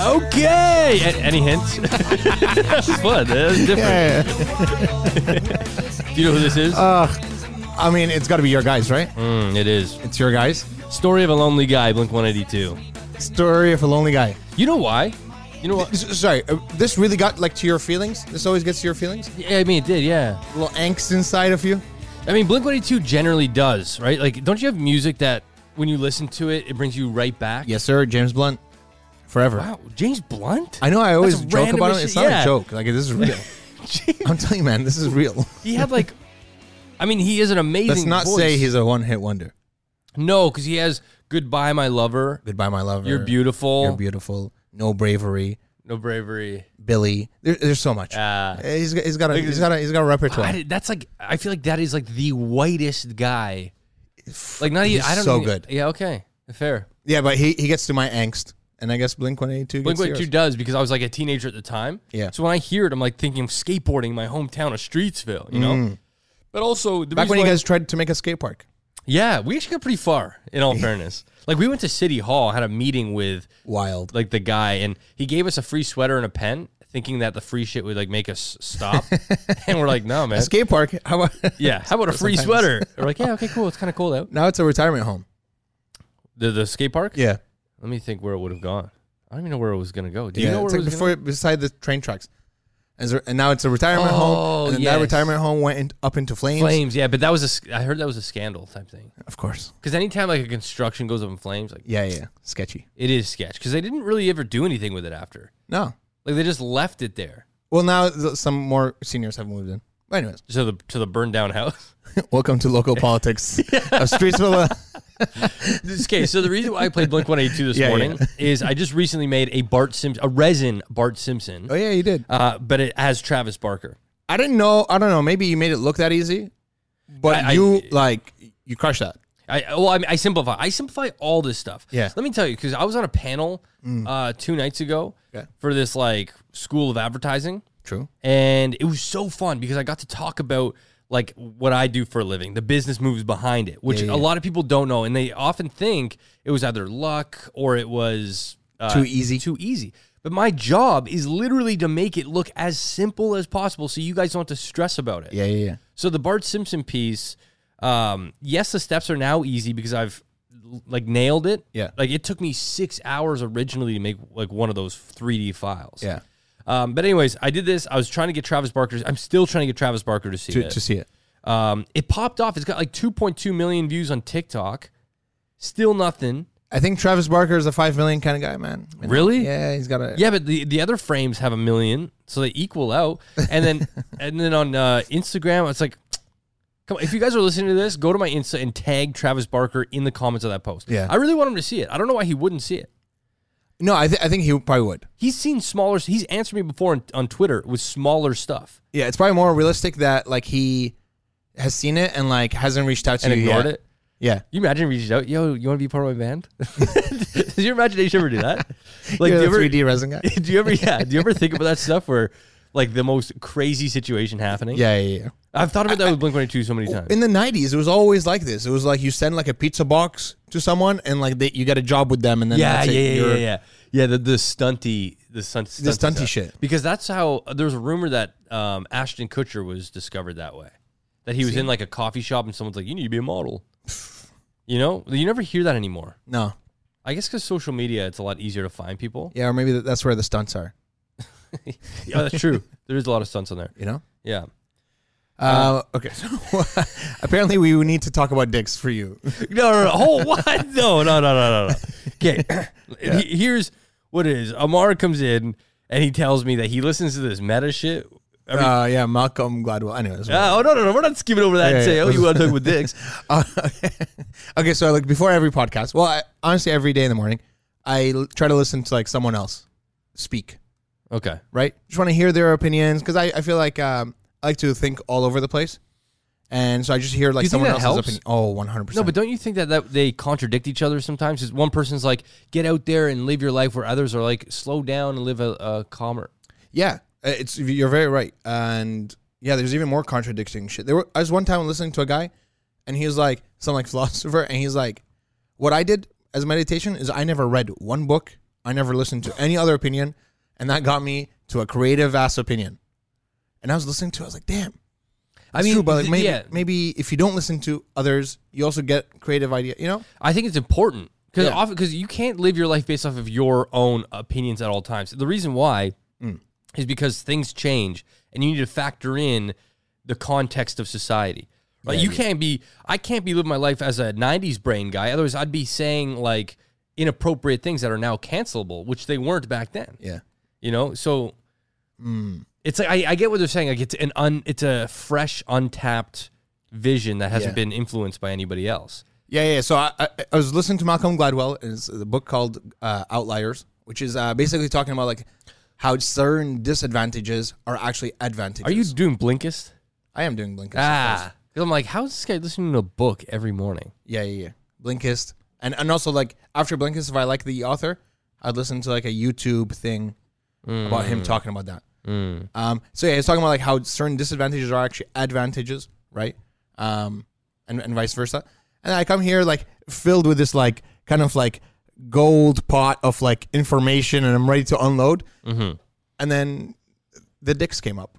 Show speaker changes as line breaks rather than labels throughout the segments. Okay. A- any hints? that was fun. That was different.
Yeah.
Do you know who this is?
Uh, I mean, it's got to be your guys, right?
Mm, it is.
It's your guys.
Story of a Lonely Guy, Blink 182.
Story of a lonely guy.
You know why? You know what?
S- sorry, uh, this really got like to your feelings. This always gets to your feelings.
Yeah, I mean, it did, yeah.
A little angst inside of you.
I mean, Blink 182 generally does, right? Like, don't you have music that when you listen to it, it brings you right back?
Yes, sir. James Blunt, forever.
Wow. James Blunt?
I know. I always
That's
joke
random
about
as
it. It's
shit,
not
yeah.
a joke. Like this is real. I'm telling you, man, this is real.
he had like, I mean, he is an amazing.
Let's not
voice.
say he's a one-hit wonder.
no, because he has "Goodbye, My Lover,"
Goodbye, my lover.
"You're Beautiful,"
You're beautiful. No bravery.
"No Bravery."
Billy. There, there's so much.
Ah.
Uh, he's got- he's got a
Like,
he's got a he's got a repertoire.
I, that's like I feel like that is like the whitest guy. Like not
He's
even I don't
so
even-
good.
Yeah, okay, fair.
yeah, but he, he gets to my angst, and I guess Blink One Eighty Two.
Blink
gets
One Two
yours.
does because I was like a teenager at the time.
Yeah.
So when I hear it, I'm like thinking of skateboarding in my hometown of Streetsville. You know. But also the
Mm. Back
reason
when you
why-
guys tried to make a skate park.
yeah, we actually got pretty far. In all fairness, like we went to City Hall, had a meeting with
Wild.
like the guy and he gave us a free sweater and a pen thinking that the free shit would like make us stop and we're like no man
A skate park. How about
yeah how about a free sweater we're like yeah okay cool it's kind of cold out
now? It's a retirement home.
the, the skate park
Yeah.
let me think where it would have gone i don't even know where it was gonna go do you
yeah,
know where
it's
it
like
was
before beside the train tracks. And, so- and now it's a retirement
Oh,
home. And then
yes.
that retirement home went in, up into flames.
gonna... flames yeah but that was a sc- i heard that was a scandal type thing
Of course.
because anytime like a construction goes up in flames like
Yeah, yeah. Sketchy.
it is sketch because they didn't really ever do anything with it after
No.
like they just left it there
Well, now th- some more seniors have moved in. But anyways,
to the to the burned down house
welcome to local politics of Streetsville.
This- okay, so the reason why I played Blink 182 this
Yeah,
morning is I just recently made a Bart Simpson, a resin Bart Simpson,
oh yeah, you did.
uh, but it has Travis Barker.
I didn't know. I don't know. Maybe you made it look that easy, but
I- I-
you like you crushed that.
I well, I, mean, I simplify. I simplify all this stuff.
Yeah. Mm.
Let me tell you, because I was on a panel uh, two nights ago
Okay.
for this like school of advertising,
True.
and it was so fun because I got to talk about like what I do for a living, the business moves behind it, which a lot of people don't know, and they often think it was either luck or it was uh,
Too easy.
too easy. But my job is literally to make it look as simple as possible, so you guys don't have to stress about it.
Yeah, yeah, yeah.
So the Bart Simpson piece, um, yes, the steps are now easy because I've l- like nailed it.
Yeah.
like it took me six hours originally to make like one of those 3D files.
Yeah.
Um, but anyways, I did this. I was trying to get Travis Barker. I'm still trying to get Travis Barker to see
To,
it.
to see it.
um, it popped off. It's got like 2.2 million views on TikTok. Still nothing.
I think Travis Barker is a five million kind of guy, man. You know?
Really?
Yeah, he's got a.
Yeah, but the, the other frames have a million, so they equal out. And then and then on uh, Instagram, it's like, come on, if you guys are listening to this, go to my Insta and tag Travis Barker in the comments of that post.
Yeah.
I really want him to see it. I don't know why he wouldn't see it.
No, I, th- I think he probably would.
He's seen smaller. He's answered me before on, on Twitter with smaller stuff.
Yeah, it's probably more realistic that like he has seen it and like hasn't reached out to
and
you
ignored
yet.
it.
Yeah.
You imagine reached out, yo, you want to be part of my band? Does your imagination ever do that? Like,
You're
do you
the
ever,
3D resin guy.
do you ever, yeah, do you ever think about that stuff where, like, the most crazy situation happening?
yeah, yeah, yeah.
I've thought about that with Blink One Eight Two so many times.
In the '90s, it was always like this. It was like you send like a pizza box to someone, and like they, you get a job with them, and then
Yeah,
that's
yeah,
it.
yeah, yeah,
You're-
yeah. Yeah, the, the stunty, the stunt, stunty,
The stunty
stuff.
shit.
Because that's how there was a rumor that um, Ashton Kutcher was discovered that way, that he was in like a coffee shop and someone's like, "You need to be a model." you know, you never hear that anymore.
No,
I guess because social media, it's a lot easier to find people.
yeah, or maybe that- that's where the stunts are.
Yeah, that's true. There is a lot of stunts on there.
You know.
Yeah.
Uh, okay. So apparently, we would need to talk about dicks for you.
No, no, no. Oh, what? No, no, no, no, no, no. Okay. He- Here's what it is. Amar comes in and he tells me that he listens to this meta shit. Every-
Uh, yeah, Malcolm Gladwell. Anyways.
Uh, oh no no no! We're not skipping over that and
Yeah,
say,
yeah.
"Oh, you want to talk with dicks?"
Uh, okay, so like before every podcast, well, I, honestly, every day in the morning, I l- try to listen to like someone else speak.
okay.
right? Just want to hear their opinions because I, I feel like um, I like to think all over the place. And so I just hear like
you think
someone
that helps?
else's opinion. Oh, 100%.
No, but don't you think that, that they contradict each other sometimes? 'Cause one person's like, "Get out there and live your life," where others are like, "Slow down and live a, a calmer."
yeah, uh, it's you're very right. And yeah, there's even more contradicting shit. There were, I was one time listening to a guy and he was like some like philosopher and he's like what I did as meditation is I never read one book. I never listened to any other opinion, and that got me to a creative ass opinion. And I was listening to, it, I was like, damn.
I
It's
mean,
true, but like
th-
maybe,
yeah,
maybe if you don't listen to others, you also get creative idea. You know,
I think it's important because
Yeah.
often because you can't live your life based off of your own opinions at all times. The reason why
Mm.
is because things change and you need to factor in the context of society. Right? you can't be I can't be living my life as a 90s brain guy. Otherwise I'd be saying like inappropriate things that are now cancelable, which they weren't back then.
yeah, Mm.
You know? So it's like I, I get what they're saying. Like it's an un it's a fresh, untapped vision that hasn't
Yeah.
been influenced by anybody else.
yeah, yeah. So I, I, I was listening to Malcolm Gladwell. and It's a book called uh, Outliers, which is uh, basically talking about like how certain disadvantages are actually advantages.
Are you doing Blinkist?
I am doing Blinkist. of course.
Ah, 'Cause I'm like, how is this guy listening to a book every morning?
Yeah, yeah, yeah. Blinkist, and and also like after Blinkist, if I like the author, I'd listen to like a YouTube thing about him talking about that. Um, so yeah, he's talking about like how certain disadvantages are actually advantages, right? Um, and and vice versa. And I come here like filled with this like kind of like gold pot of like information, and I'm ready to unload. And then the dicks came up.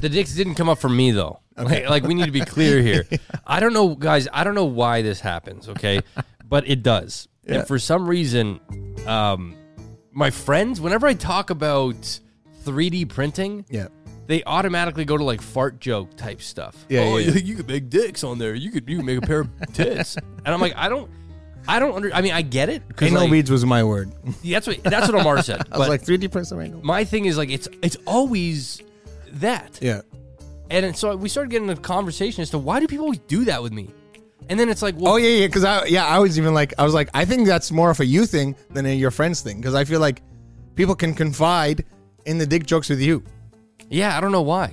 The dicks didn't come up for me though. Like, like we need to be clear here. I don't know, guys. I don't know why this happens. Okay, but it does. And for some reason, um, my friends, whenever I talk about 3D printing,
Yeah.
they automatically go to like fart joke type stuff.
Yeah,
oh,
yeah, yeah.
you could make dicks on there. You could you could make a pair of tits. And I'm like, I don't, I don't under. I mean, I get it. 'cause,
Anal
like,
beads was my word.
that's what that's what Amar said.
I
but-
was like 3D printer anal.
my thing is like it's it's always that
Yeah.
and so we started getting a conversation as to why do people always do that with me and then it's like well
Oh yeah, yeah. Because I yeah, I was even like, I was like, I think that's more of a you thing than a your friends thing. Because I feel like people can confide in the dick jokes with you.
yeah i don't know why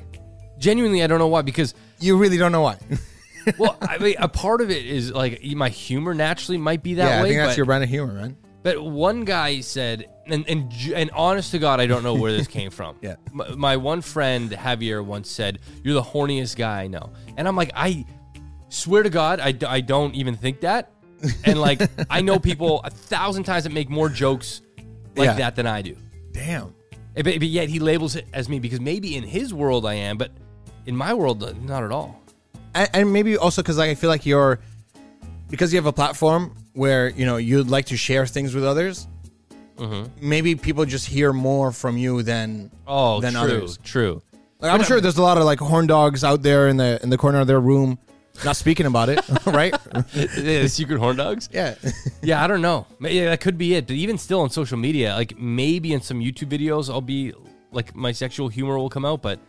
genuinely i don't know why because
You really don't know why.
well i mean a part of it is like my humor naturally might be that
yeah, I
way
think that's
but,
your brand of humor, man.
but one guy said and, and j- and honest to god i don't know where this came from
Yeah.
my, my one friend javier once said you're the horniest guy i know and i'm like i swear to God, I, d- I don't even think that. And like, I know people a thousand times that make more jokes like
Yeah.
that than I do.
Damn.
Eh, But, but yet he labels it as me because maybe in his world I am, but in my world, uh, not at all.
And, and maybe also because like I feel like you're because you have a platform where you know you'd like to share things with others. Maybe people just hear more from you than
Mm-hmm. Oh,
than
true,
others.
true.
Like, I'm sure there's a lot of like horn dogs out there in the in the corner of their room, not speaking about it, right?
Eh, the secret horn dogs?
Yeah.
Yeah, I don't know. Ma- Yeah, that could be it. But even still on social media, like maybe in some YouTube videos, I'll be like my sexual humor will come out, but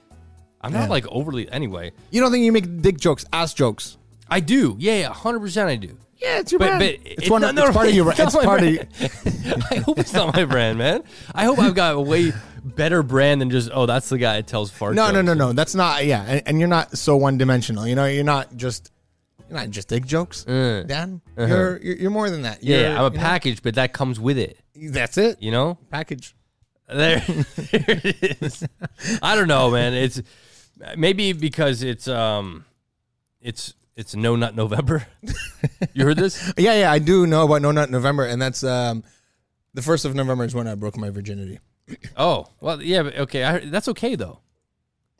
I'm not like overly. Anyway,
You don't think you make dick jokes, ass jokes?
I do. Yeah, yeah, 100% I do.
Yeah, it's your
But,
brand.
but
it's, one of, it's part of your.
it's not
It's
my
part of.
brand. I hope it's not my brand, man. I hope I've got a way better brand than just oh, that's the guy that tells fart.
No, no,
jokes."
no, no. That's not. Yeah, and, and you're not so one dimensional. You know, you're not just. You're not just dick jokes, Dan. You're, you're you're more than that. You're,
Uh, uh-huh. Yeah, I'm a
you know,
package, but that comes with it.
that's it.
You know,
Package.
there, there it is. I don't know, man. It's maybe because it's um, it's it's no nut November. you heard this?
Yeah, yeah. I do know about No Nut November, and that's um, the first of November is when I broke my virginity.
Oh, well, yeah, but okay. I, that's okay though.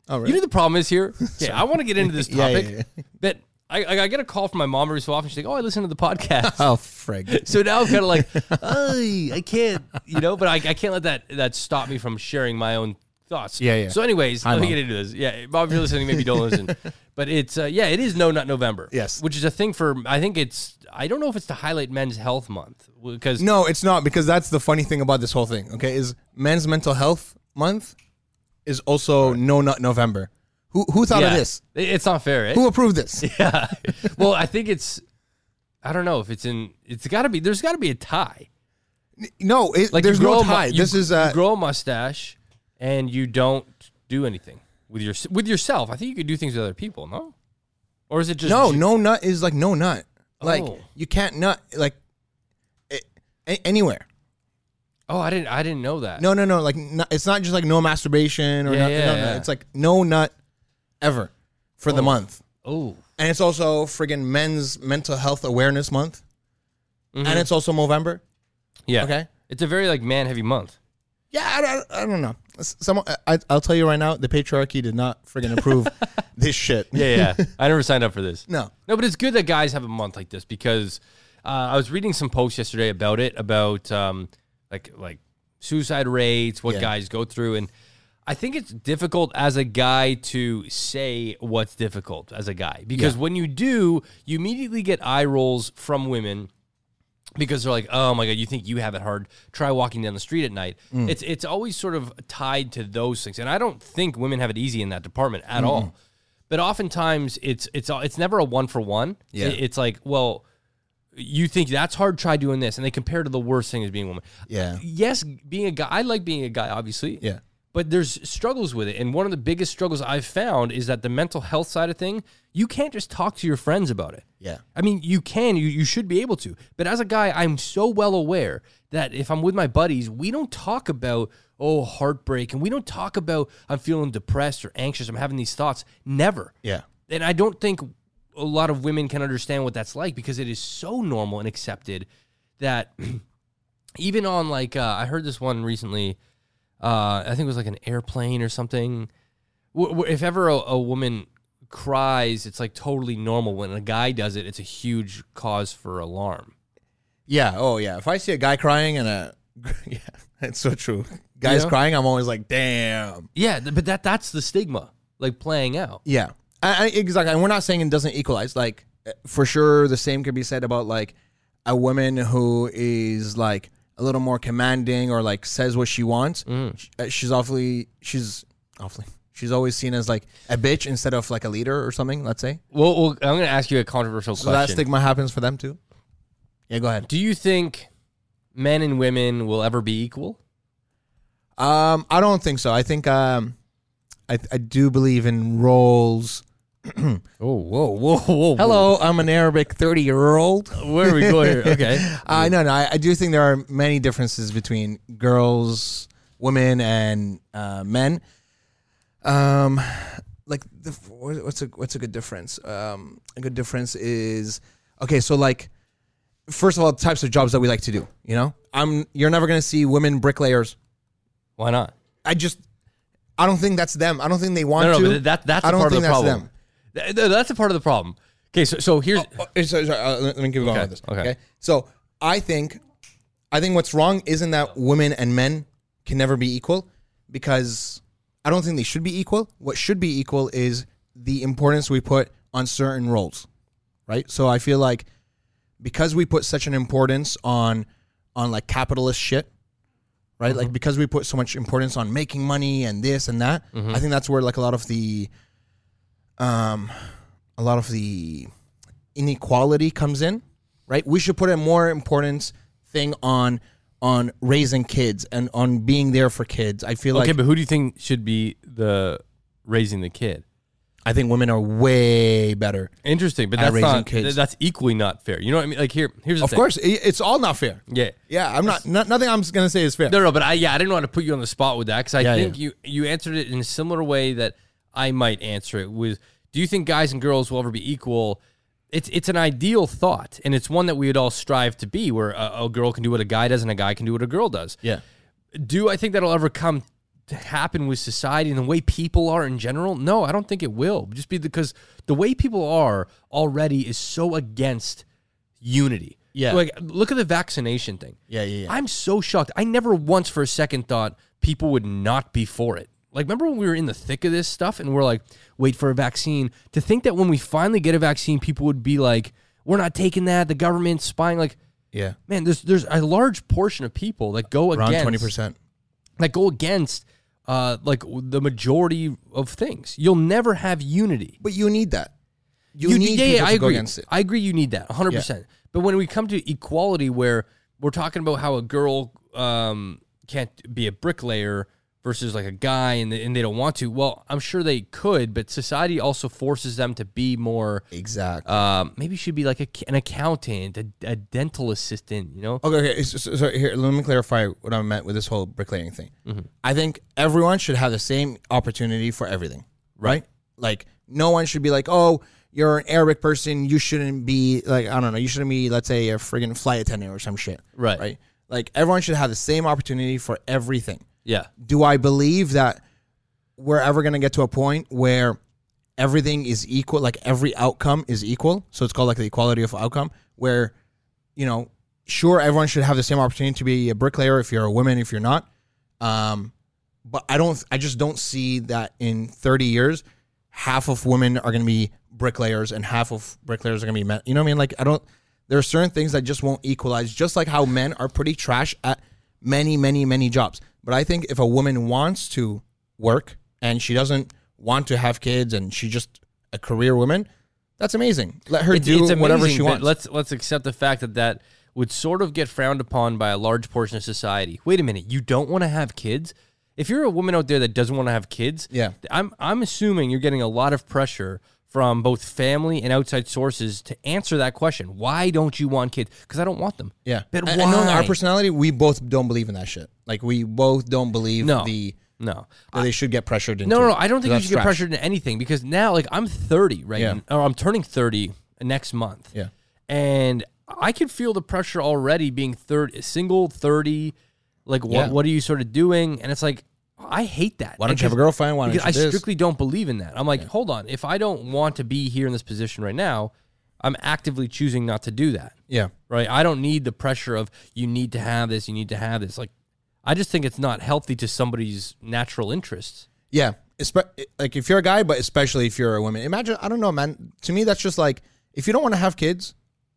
Oh, really?
You know the problem is here. Yeah, I want to get into this
Yeah, yeah,
topic, but I, I I get a call from my mom every so often. She's like, "Oh, I listen to the podcast."
oh, frig.
So now I'm kind of like, "Ay, I can't, you know, but I, I can't let that that stop me from sharing my own thoughts.
Yeah, yeah.
So, anyways,
Hi,
let me
Mom.
get into this. Yeah, Bob, if you're listening, maybe don't listen. But it's uh, yeah, it is no not November.
Yes.
which is a thing for I think it's I don't know if it's to highlight Men's Health Month because
No, it's not because that's the funny thing about this whole thing. Okay, is Men's Mental Health Month is also No Nut November. Who who thought
yeah,
of this?
it- it's not fair. eh?
Who approved this?
Yeah. well, I think it's I don't know if it's in it's got to be there's got to be a tie.
No, it,
Like you
there's
grow
no
a mu-
tie.
you-
this is uh,
you grow a mustache and you don't do anything with your with yourself. I think you could do things with other people, no? Or is it just
no, no nut is like no nut. Like
Oh.
you can't nut like it, a- anywhere.
Oh, I didn't I didn't know that.
No, no, no. Like n it's not just like no masturbation or
Yeah,
nothing.
yeah,
no,
yeah.
It's like no nut ever for the month,
Oh,
and it's also friggin'
Mm-hmm.
Men's Mental Health Awareness Month, and it's also November.
yeah.
Okay,
It's a very like man heavy month.
Yeah, I don't, I don't know. S- Some, I, I'll tell you right now, the patriarchy did not friggin' approve this shit.
Yeah, yeah. I never signed up for this.
No.
No, but it's good that guys have a month like this because uh, I was reading some posts yesterday about it, about um, like like suicide rates, what
Yeah.
guys go through, and I think it's difficult as a guy to say what's difficult as a guy because when you do, you immediately get eye rolls from women because they're like, "Oh my god, you think you have it hard? Try walking down the street at night."
Mm.
It's it's always sort of tied to those things, and I don't think women have it easy in that department at all. But oftentimes, it's it's it's never a one for one.
Yeah.
It- it's like, well, you think that's hard? Try doing this, and they compare to the worst thing as being a woman.
Yeah.
Yes, being a guy, I like being a guy, obviously.
Yeah.
But there's struggles with it, and one of the biggest struggles I've found is that the mental health side of thing. You can't just talk to your friends about it.
Yeah.
I mean, you can, you, you should be able to. But as a guy, I'm so well aware that if I'm with my buddies, we don't talk about, oh, heartbreak. And we don't talk about, I'm feeling depressed or anxious. I'm having these thoughts. Never.
Yeah.
And I don't think a lot of women can understand what that's like because it is so normal and accepted that even on like, uh, I heard this one recently, uh, I think it was like an airplane or something. Wh- wh- If ever a, a woman cries, it's like totally normal. When a guy does it, it's a huge cause for alarm.
Yeah. Oh, yeah. If I see a guy crying and a. Yeah. It's so true. Guys
Yeah.
crying, I'm always like, damn.
Yeah, th- but that that's the stigma, like playing out.
Yeah, I, I, exactly. And we're not saying it doesn't equalize. Like uh, for sure, the same could be said about like a woman who is like a little more commanding or like says what she wants.
Mm.
Sh- uh, She's awfully. She's awfully. She's always seen as like a bitch instead of like a leader or something. Let's say.
Well, well I'm going to ask you a controversial
So that
question.
stigma happens for them too. Yeah, go ahead.
Do you think men and women will ever be equal?
Um, I don't think so. I think um, I I do believe in roles.
Oh, whoa, whoa, whoa!
Hello, I'm an Arabic thirty year old.
where are we going here? Okay,
Uh, no, no, I, I do think there are many differences between girls, women, and uh, men. Um, like the, what- what's a what's a good difference? Um, a good difference is okay. So like, first of all, types of jobs that we like to do. You know, I'm you're never gonna see women bricklayers.
why not?
I just I don't think that's them. I don't think they want
No, no,
to.
but that that's
I
a
don't
part of
think
the
that's
problem.
them.
Th- th- that's a part of the problem. Okay, so so here's
Oh, sorry, sorry, uh, let let me keep going
Okay,
with this.
okay.
Okay. So I think, I think what's wrong isn't that women and men can never be equal, because I don't think they should be equal. What should be equal is the importance we put on certain roles, right? So I feel like because we put such an importance on on like capitalist shit, right?
Mm-hmm.
Like because we put so much importance on making money and this and that,
Mm-hmm.
I think that's where like a lot of the um a lot of the inequality comes in, right? We should put a more importance thing on on raising kids and on being there for kids. I feel
okay,
like
but who do you think should be the raising the kid?
I think women are way better.
Interesting, but
At
that's
raising
not
kids.
th- that's equally not fair. You know what I mean? Like here, here's the
Of
thing.
course, i- it's all not fair.
yeah,
Yeah, I'm not. No, nothing I'm gonna say is fair.
No, no, but I yeah, I didn't want to put you on the spot with that because I
Yeah,
think you you answered it in a similar way that I might answer it with. Do you think guys and girls will ever be equal? It's it's an ideal thought, and it's one that we would all strive to be, where a, a girl can do what a guy does and a guy can do what a girl does.
Yeah.
Do I think that'll ever come to happen with society and the way people are in general? No, I don't think it will. Just be because the way people are already is so against unity.
Yeah.
Like look at the vaccination thing.
Yeah, yeah, yeah.
I'm so shocked. I never once for a second thought people would not be for it. Like, remember when we were in the thick of this stuff and we're like, wait for a vaccine? To think that when we finally get a vaccine, people would be like, we're not taking that. The government's spying. Like,
Yeah.
man, there's there's a large portion of people that go
Around
against
twenty percent.
that go against uh, like the majority of things. You'll never have unity.
But you need that. You,
You-
need
yeah, yeah,
people
I
to
agree.
go against it.
I agree. You need that 100. percent But when we come to equality, where we're talking about how a girl um, can't be a bricklayer versus like a guy, and they, and they don't want to. Well, I'm sure they could, but society also forces them to be more.
Exactly.
Um, maybe she'd be like a, an accountant, a, a dental assistant. You know?
okay. Okay. So, so- so here, let me clarify what I meant with this whole bricklaying thing. I think everyone should have the same opportunity for everything. Right. Like no one should be like, oh, you're an Arabic person. You shouldn't be like I don't know. You shouldn't be let's say a friggin' flight attendant or some shit.
Right.
Right. Like everyone should have the same opportunity for everything.
Yeah.
Do I believe that we're ever going to get to a point where everything is equal, like every outcome is equal? So it's called like the equality of outcome, where, you know, sure, everyone should have the same opportunity to be a bricklayer if you're a woman, if you're not. Um, but I don't, I just don't see that in 30 years, half of women are going to be bricklayers and half of bricklayers are going to be men. You know what I mean? Like, I don't, there are certain things that just won't equalize, just like how men are pretty trash at many, many, many jobs. But I think if a woman wants to work and she doesn't want to have kids and she just a career woman, that's amazing. Let her do whatever she
but
wants.
Let's let's accept the fact that that would sort of get frowned upon by a large portion of society. Wait a minute, you don't want to have kids? If you're a woman out there that doesn't want to have kids,
Yeah.
I'm I'm assuming you're getting a lot of pressure from both family and outside sources to answer that question. Why don't you want kids? Because I don't want them.
Yeah.
but
And-
why?
and knowing our personality, we both don't believe in that shit. Like we both don't believe
No.
the
no,
that they should get pressured into.
No, no,
it.
I don't think you
That's
should get
trash.
pressured into anything because now, like, I'm 30 right
Yeah.
now, or I'm turning 30 next month.
Yeah.
And I can feel the pressure already being third, single, 30. Like, what,
Yeah.
what are you sort of doing? And it's like, I hate that.
Why don't you have a girlfriend? Why don't you
Because I
this?
strictly don't believe in that. I'm like, hold on. If I don't want to be here in this position right now, I'm actively choosing not to do that
yeah.
right? I don't need the pressure of you need to have this, you need to have this. Like, I just think it's not healthy to somebody's natural interests.
Yeah. Espe- like if you're a guy, but especially if you're a woman. Imagine, I don't know, man. To me, that's just like if you don't want to have kids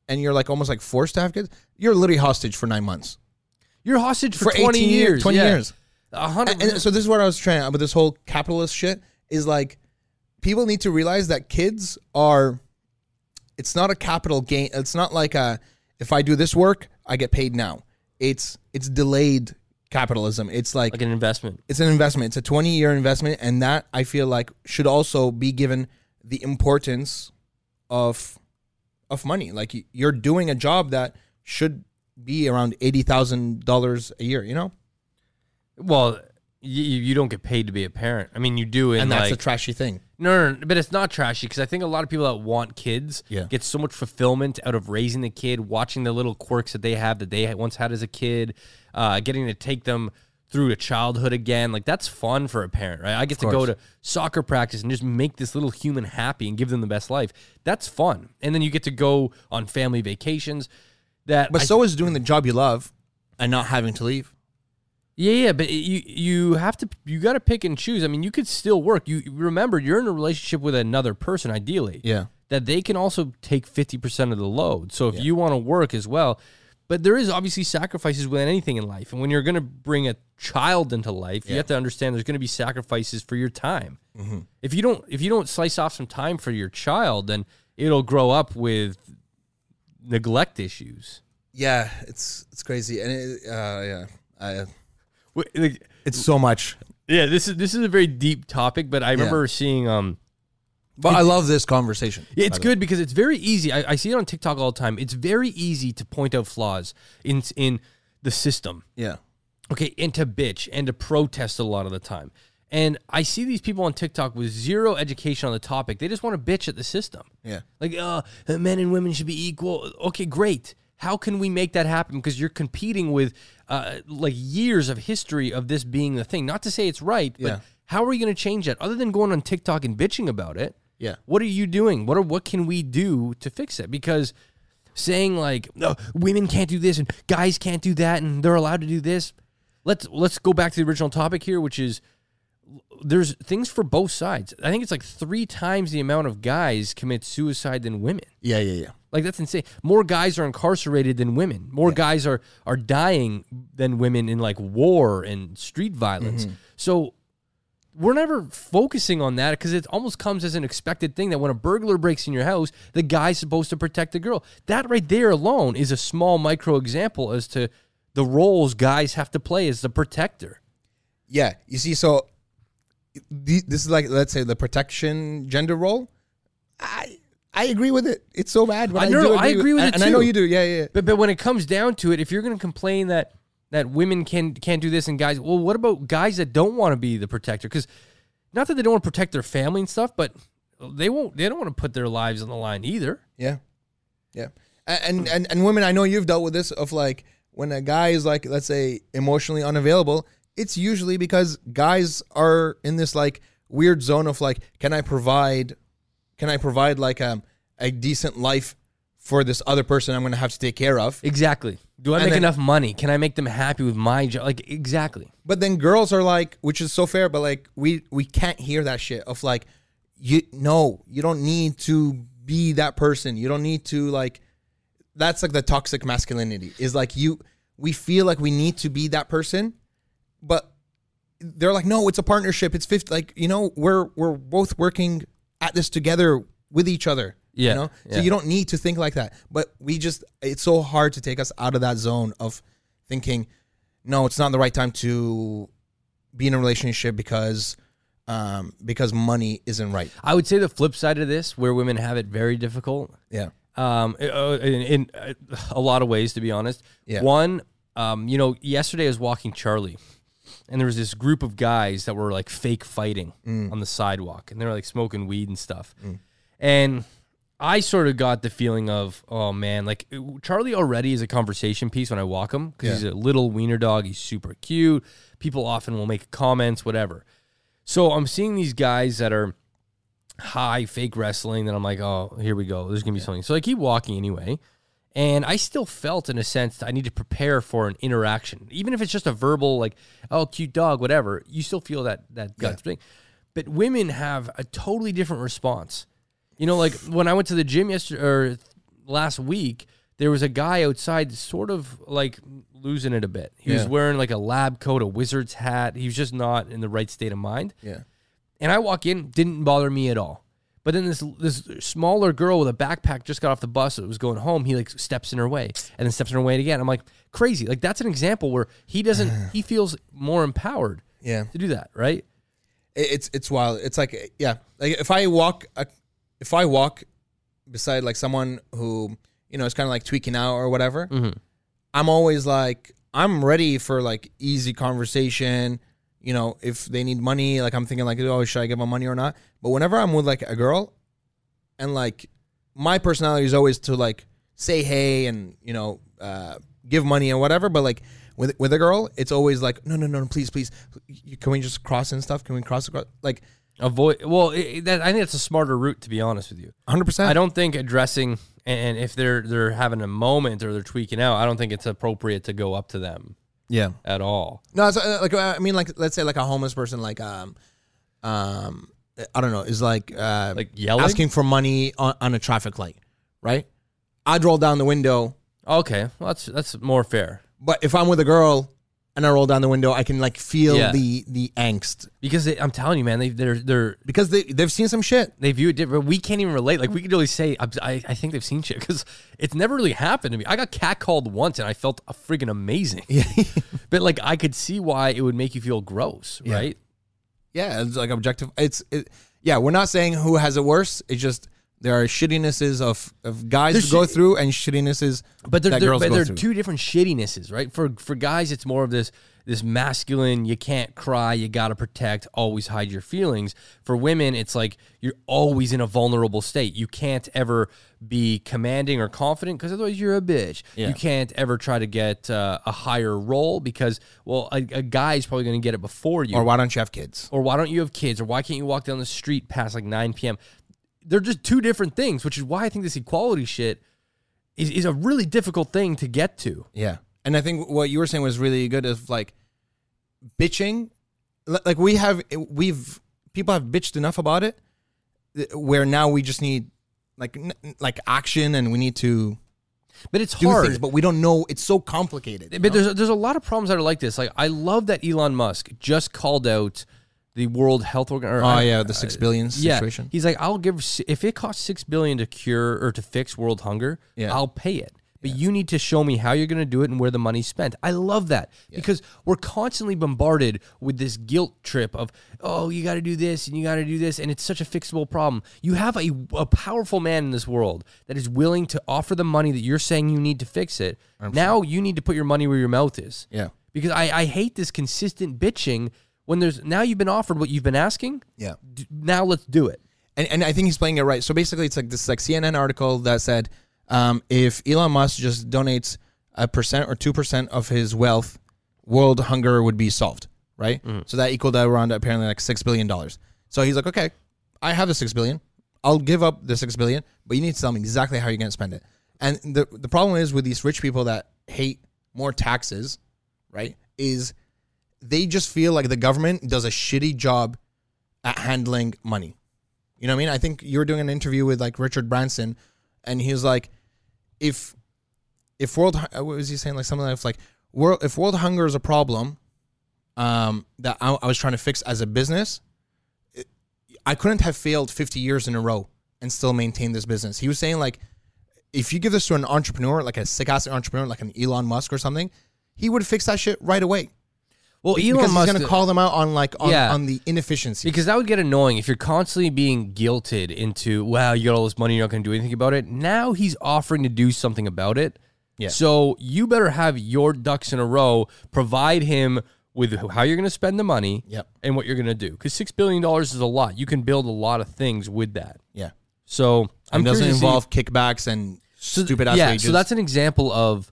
and you're like almost like forced to have kids, you're literally hostage for nine months.
You're hostage for,
For
20
18 years,
years.
20
yeah.
years.
A hundred.
And so this is what I was trying uh, with this whole capitalist shit is like people need to realize that kids are it's not a capital gain it's not like a if I do this work, I get paid now. It's it's delayed capitalism. It's like,
like an investment.
it's an investment. It's a 20 year investment and that I feel like should also be given the importance of of money. Like y- you're doing a job that should be around $80,000 a year, you know?
Well, you, you don't get paid to be a parent. I mean, you do, in
And that's
like,
a trashy thing.
No, no, no, but it's not trashy because I think a lot of people that want kids
Yeah.
get so much fulfillment out of raising the kid, watching the little quirks that they have that they once had as a kid, uh, getting to take them through to childhood again. Like that's fun for a parent, right? I get to go to soccer practice and just make this little human happy and give them the best life. That's fun, and then you get to go on family vacations. That,
But
I-
so is doing the job you love and not having to leave.
yeah, yeah, but it- you you have to you got to pick and choose. I mean, you could still work. You remember you're in a relationship with another person, ideally.
Yeah.
that they can also take 50% of the load. So if you want to work as well, but there is obviously sacrifices within anything in life. And when you're going to bring a child into life, you have to understand there's going to be sacrifices for your time. If you don't if you don't slice off some time for your child, then it'll grow up with neglect issues.
Yeah, it's it's crazy and it, uh, yeah, I,
Wh- like-
it's so much.
Yeah, this is this is a very deep topic, but I remember seeing um
But I love this conversation.
Yeah, it's good because it's very easy. I, I see it on TikTok all the time. It's very easy to point out flaws in in the system.
Yeah.
okay, and to bitch and to protest a lot of the time. And I see these people on TikTok with zero education on the topic. They just want to bitch at the system.
Yeah.
Like, uh, men and women should be equal. Okay, great. How can we make that happen? Because you're competing with uh, like years of history of this being the thing. Not to say it's right, but
Yeah.
how are you going to change that other than going on TikTok and bitching about it?
Yeah.
What are you doing? What are what can we do to fix it? Because saying like no, women can't do this and guys can't do that and they're allowed to do this. Let's let's go back to the original topic here, which is there's things for both sides. I think it's like three times the amount of guys commit suicide than women.
Yeah, yeah, yeah.
Like that's insane. More guys are incarcerated than women. More guys are are dying than women in like war and street violence. So we're never focusing on that because it almost comes as an expected thing that when a burglar breaks in your house, the guy's supposed to protect the girl. That right there alone is a small micro example as to the roles guys have to play as the protector.
Yeah, you see, so th- this is like let's say the protection gender role. I I agree with it. It's so bad, but
I
I,
know,
do agree
I agree with
and,
it
and I know
too.
you do. Yeah, yeah. yeah.
But but when it comes down to it, if you're going to complain that that women can can't do this and guys, well, what about guys that don't want to be the protector? Because not that they don't want to protect their family and stuff, but they won't. They don't want to put their lives on the line either.
Yeah, yeah, A- and and and women. I know you've dealt with this of like when a guy is like, let's say, emotionally unavailable, it's usually because guys are in this like weird zone of like, can I provide, can I provide like um, a decent life for this other person I'm going to have to take care of?
Exactly. Do I
And
make
then-
enough money? Can I make them happy with my job? Like exactly.
But then girls are like, which is so fair, but like we we can't hear that shit of like, you no, you don't need to be that person. You don't need to like. That's like the toxic masculinity is like you. We feel like we need to be that person, but they're like, no, it's a partnership. It's fifty. Like you know, we're we're both working at this together with each other.
Yeah,
You know, so
yeah.
you don't need to think like that. But we just, it's so hard to take us out of that zone of thinking. No, it's not the right time to be in a relationship because um because money isn't right.
I would say the flip side of this, where women have it very difficult,
Yeah.
um, uh, in, in uh, a lot of ways, to be honest.
Yeah.
One, um, you know, yesterday I was walking Charlie, and there was this group of guys that were like fake fighting on the sidewalk, and they were like smoking weed and stuff. And I sort of got the feeling of, oh man, like it- Charlie already is a conversation piece when I walk him because he's a little wiener dog. He's super cute. People often will make comments, whatever. So I'm seeing these guys that are high fake wrestling that I'm like, oh, here we go. There's gonna be something. So I keep walking anyway, and I still felt in a sense that I need to prepare for an interaction, even if it's just a verbal like, oh, cute dog, whatever. You still feel that that gut thing. But women have a totally different response. You know, like when I went to the gym yesterday or last week, there was a guy outside, sort of like losing it a bit. He was
Yeah.
wearing like a lab coat, a wizard's hat. He was just not in the right state of mind.
Yeah.
And I walk in, didn't bother me at all. But then this this smaller girl with a backpack just got off the bus that was going home. He like steps in her way and then steps in her way again. I'm like crazy. Like that's an example where he doesn't. he feels more empowered
Yeah.
to do that, right?
It- it's it's wild. It's like yeah, like if I walk, uh, if I walk beside like someone who you know is kind of like tweaking out or whatever, I'm always like I'm ready for like easy conversation. You know, if they need money, like I'm thinking like, oh, should I give them money or not? But whenever I'm with like a girl, and like my personality is always to like say hey and you know uh, give money and whatever, but like. With, with a girl, it's always like no, no, no, no, please, please, You- can we just cross and stuff? Can we cross across? Like
Avoid. Well, it, it- that, I think that's a smarter route to be honest with you. I
hundred percent.
don't think addressing and if they're they're having a moment or they're tweaking out, I don't think it's appropriate to go up to them
Yeah.
at all.
No, it's, uh, like uh, I mean, like let's say like a homeless person, like um, um, I don't know, is like uh,
Like yelling.
asking for money on, on a traffic light, right? I'd roll down the window,
Okay, well that's that's more fair.
but if I'm with a girl and I roll down the window, I can like feel
Yeah.
the the angst
Because they, I'm telling you, man, they, they're they're
because they they've seen some shit.
they view it different. We can't even relate. Like we could only say, I, I, I think they've seen shit because it's never really happened to me. I got catcalled once and I felt a friggin' amazing. but like I could see why it would make you feel gross, right?
Yeah, it's like objective. It's it, yeah, we're not saying who has it worse. It's just there are shittinesses of of guys
There's
who go
shi-
through and shittinesses
But they're,
that
they're,
girls
but
go
they're
through.
two different shittinesses, right? For for guys, it's more of this this masculine. You can't cry. You gotta protect. Always hide your feelings. For women, it's like you're always in a vulnerable state. You can't ever be commanding or confident because otherwise you're a bitch. You can't ever try to get uh, a higher role because well, a, a guy's probably gonna get it before you
or why don't you have kids?
or why don't you have kids or why can't you walk down the street past like 9 p.m they're just two different things which is why i think this equality shit is, is a really difficult thing to get to
Yeah. And I think what you were saying was really good of like bitching. L- Like we have, we've, people have bitched enough about it th- where now we just need like, n- like action and we need to
but it's
do
hard
things, but we don't know. It's so complicated.
but there's there's a lot of problems that are like this like i love that elon musk just called out the world health organization
oh yeah. The six billion
yeah
situation.
he's like i'll give si- if it costs 6 billion to cure or to fix world hunger
Yeah.
i'll pay it but you need to show me how you're going to do it and where the money's spent. I love that because we're constantly bombarded with this guilt trip of, oh, you got to do this and you got to do this. And it's such a fixable problem. You have a, a powerful man in this world that is willing to offer the money that you're saying you need to fix it. Now you need to put your money where your mouth is.
Yeah.
Because I, I hate this consistent bitching when there's now you've been offered what you've been asking
Yeah.
d- now let's do it.
and, and I think he's playing it right. So basically, it's like this like CNN article that said, um, if Elon Musk just donates a percent or two percent of his wealth, world hunger would be solved, right? So that equaled out around apparently like six billion dollars. So he's like, okay, I have the six billion. I'll give up the six billion, but you need to tell me exactly how you're going to spend it. And the the problem is with these rich people that hate more taxes, right? Is they just feel like the government does a shitty job at handling money. You know what I mean? I think you were doing an interview with like Richard Branson, and he was like, if if world hu- uh, what was he saying like something like like world if world hunger is a problem, um, that I, I was trying to fix as a business, it, I couldn't have failed fifty years in a row and still maintain this business. He was saying like, if you give this to an entrepreneur, like a sick ass entrepreneur, like an Elon Musk or something, he would fix that shit right away
Well, Elon
because
Musk
he's gonna call them out on like on,
Yeah.
on the inefficiency.
because that would get annoying if you're constantly being guilted into wow, you got all this money, you're not going to do anything about it. Now he's offering to do something about it.
Yeah.
So you better have your ducks in a row. Provide him with how you're going to spend the money.
Yep.
And what you're going to do because six billion dollars is a lot. You can build a lot of things with that.
yeah,
So I'm
and doesn't
curious to see-
involve kickbacks and stupid ass
yeah,
wages.
so that's an example of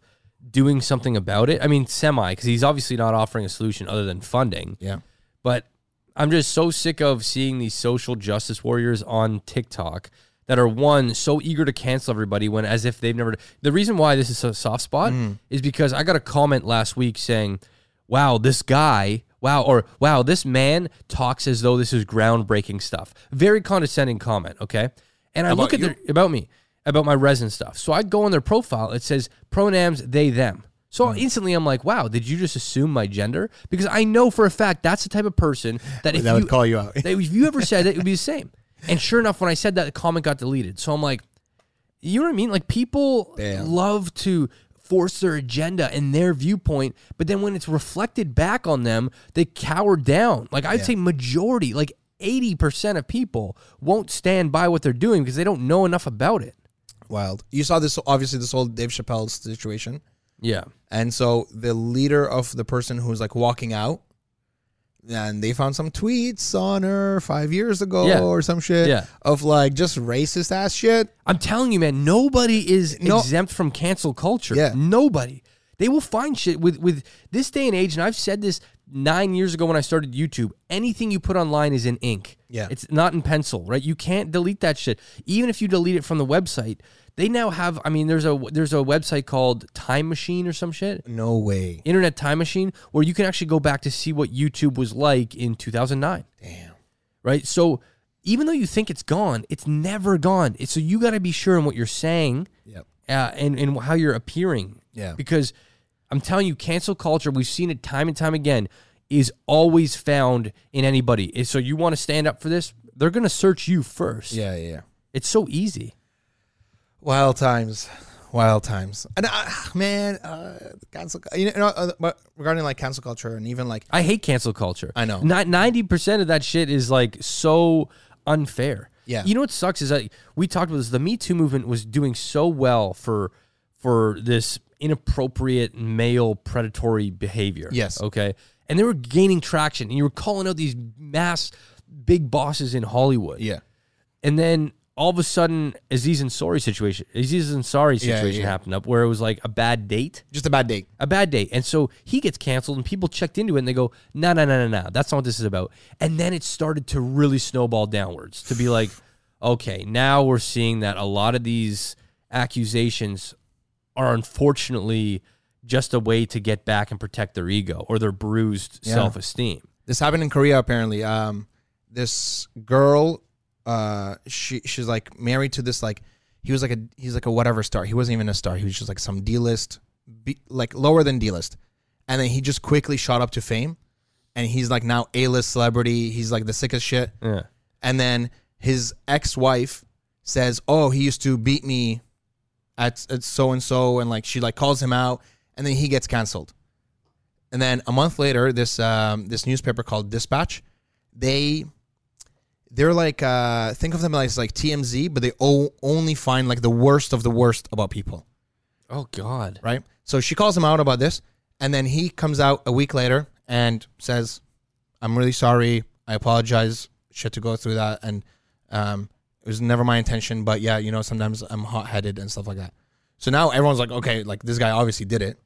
doing something about it. I mean, semi, because he's obviously not offering a solution other than funding.
yeah.
But I'm just so sick of seeing these social justice warriors on TikTok that are one so eager to cancel everybody when as if they've never. The reason why this is a soft spot is because I got a comment last week saying, "Wow, this guy." Wow, or wow, this man talks as though this is groundbreaking stuff. Very condescending comment, okay? And I look at
you?
their about me, about my resin stuff. So I'd go on their profile, it says pronouns they them. So
Hmm.
instantly I'm like, wow, did you just assume my gender? Because I know for a fact that's the type of person that if
That
you
would call you out.
that if you ever said it, it would be the same. And sure enough, when I said that, the comment got deleted. So I'm like, you know what I mean? Like people
Damn.
love to force their agenda and their viewpoint, but then when it's reflected back on them, they cower down. Like I'd say majority, like 80% of people won't stand by what they're doing because they don't know enough about it.
Wild. You saw this obviously this whole Dave Chappelle situation.
Yeah.
And so the leader of the person who's like walking out, and they found some tweets on her five years ago
Yeah.
or some shit
Yeah.
of like just racist ass shit.
I'm telling you, man, nobody is
No-
exempt from cancel culture.
Yeah.
Nobody. They will find shit with with this day and age, and I've said this nine years ago when I started YouTube. Anything you put online is in ink.
Yeah.
It's not in pencil, right? You can't delete that shit. Even if you delete it from the website, they now have I mean, there's a there's a website called Time Machine or some shit.
No way.
Internet Time Machine, where you can actually go back to see what YouTube was like in 2009
Damn.
right? So even though you think it's gone, it's never gone. It's, so you got to be sure in what you're saying
Yep.
uh, and and how you're appearing.
Yeah.
Because I'm telling you, cancel culture, we've seen it time and time again, is always found in anybody. And So you want to stand up for this? They're gonna search you first.
Yeah, yeah, yeah.
It's so easy.
Wild times, wild times. And uh, man, uh, cancel. You know, uh, but regarding like cancel culture and even like
I hate cancel culture.
I know.
Ninety percent of that shit is like so unfair.
Yeah.
You know what sucks is that we talked about this. The Me Too movement was doing so well for for this inappropriate male predatory behavior.
Yes.
Okay. And they were gaining traction, and you were calling out these mass big bosses in Hollywood.
yeah,
And then all of a sudden, Aziz Ansari situation, Aziz Ansari
Yeah,
situation
yeah.
happened up where it was like a bad date
just a bad date.
a bad date. And so he gets canceled, and people checked into it and they go, no, no, no, no, no, that's not what this is about. And then it started to really snowball downwards to be like, okay, now we're seeing that a lot of these accusations are unfortunately just a way to get back and protect their ego or their bruised self esteem.
This happened in Korea apparently. Um, this girl, uh, she she's like married to this like he was like a he's like a whatever star. He wasn't even a star. He was just like some D list, B- like lower than D list, and then he just quickly shot up to fame, and he's like now A list celebrity. He's like the sickest shit.
Yeah.
And then his ex wife says, "Oh, he used to beat me at at so and so," and like she like calls him out, and then he gets canceled. And then a month later, this um, this newspaper called Dispatch, they they're like uh, think of them as like TMZ, but they o- only find like the worst of the worst about people
Oh, God.
right? So she calls him out about this, and then he comes out a week later and says, "I'm really sorry. I apologize. She had to go through that, and um, it was never my intention. But yeah, you know, sometimes I'm hot headed and stuff like that." So now everyone's like, okay, like this guy obviously did it.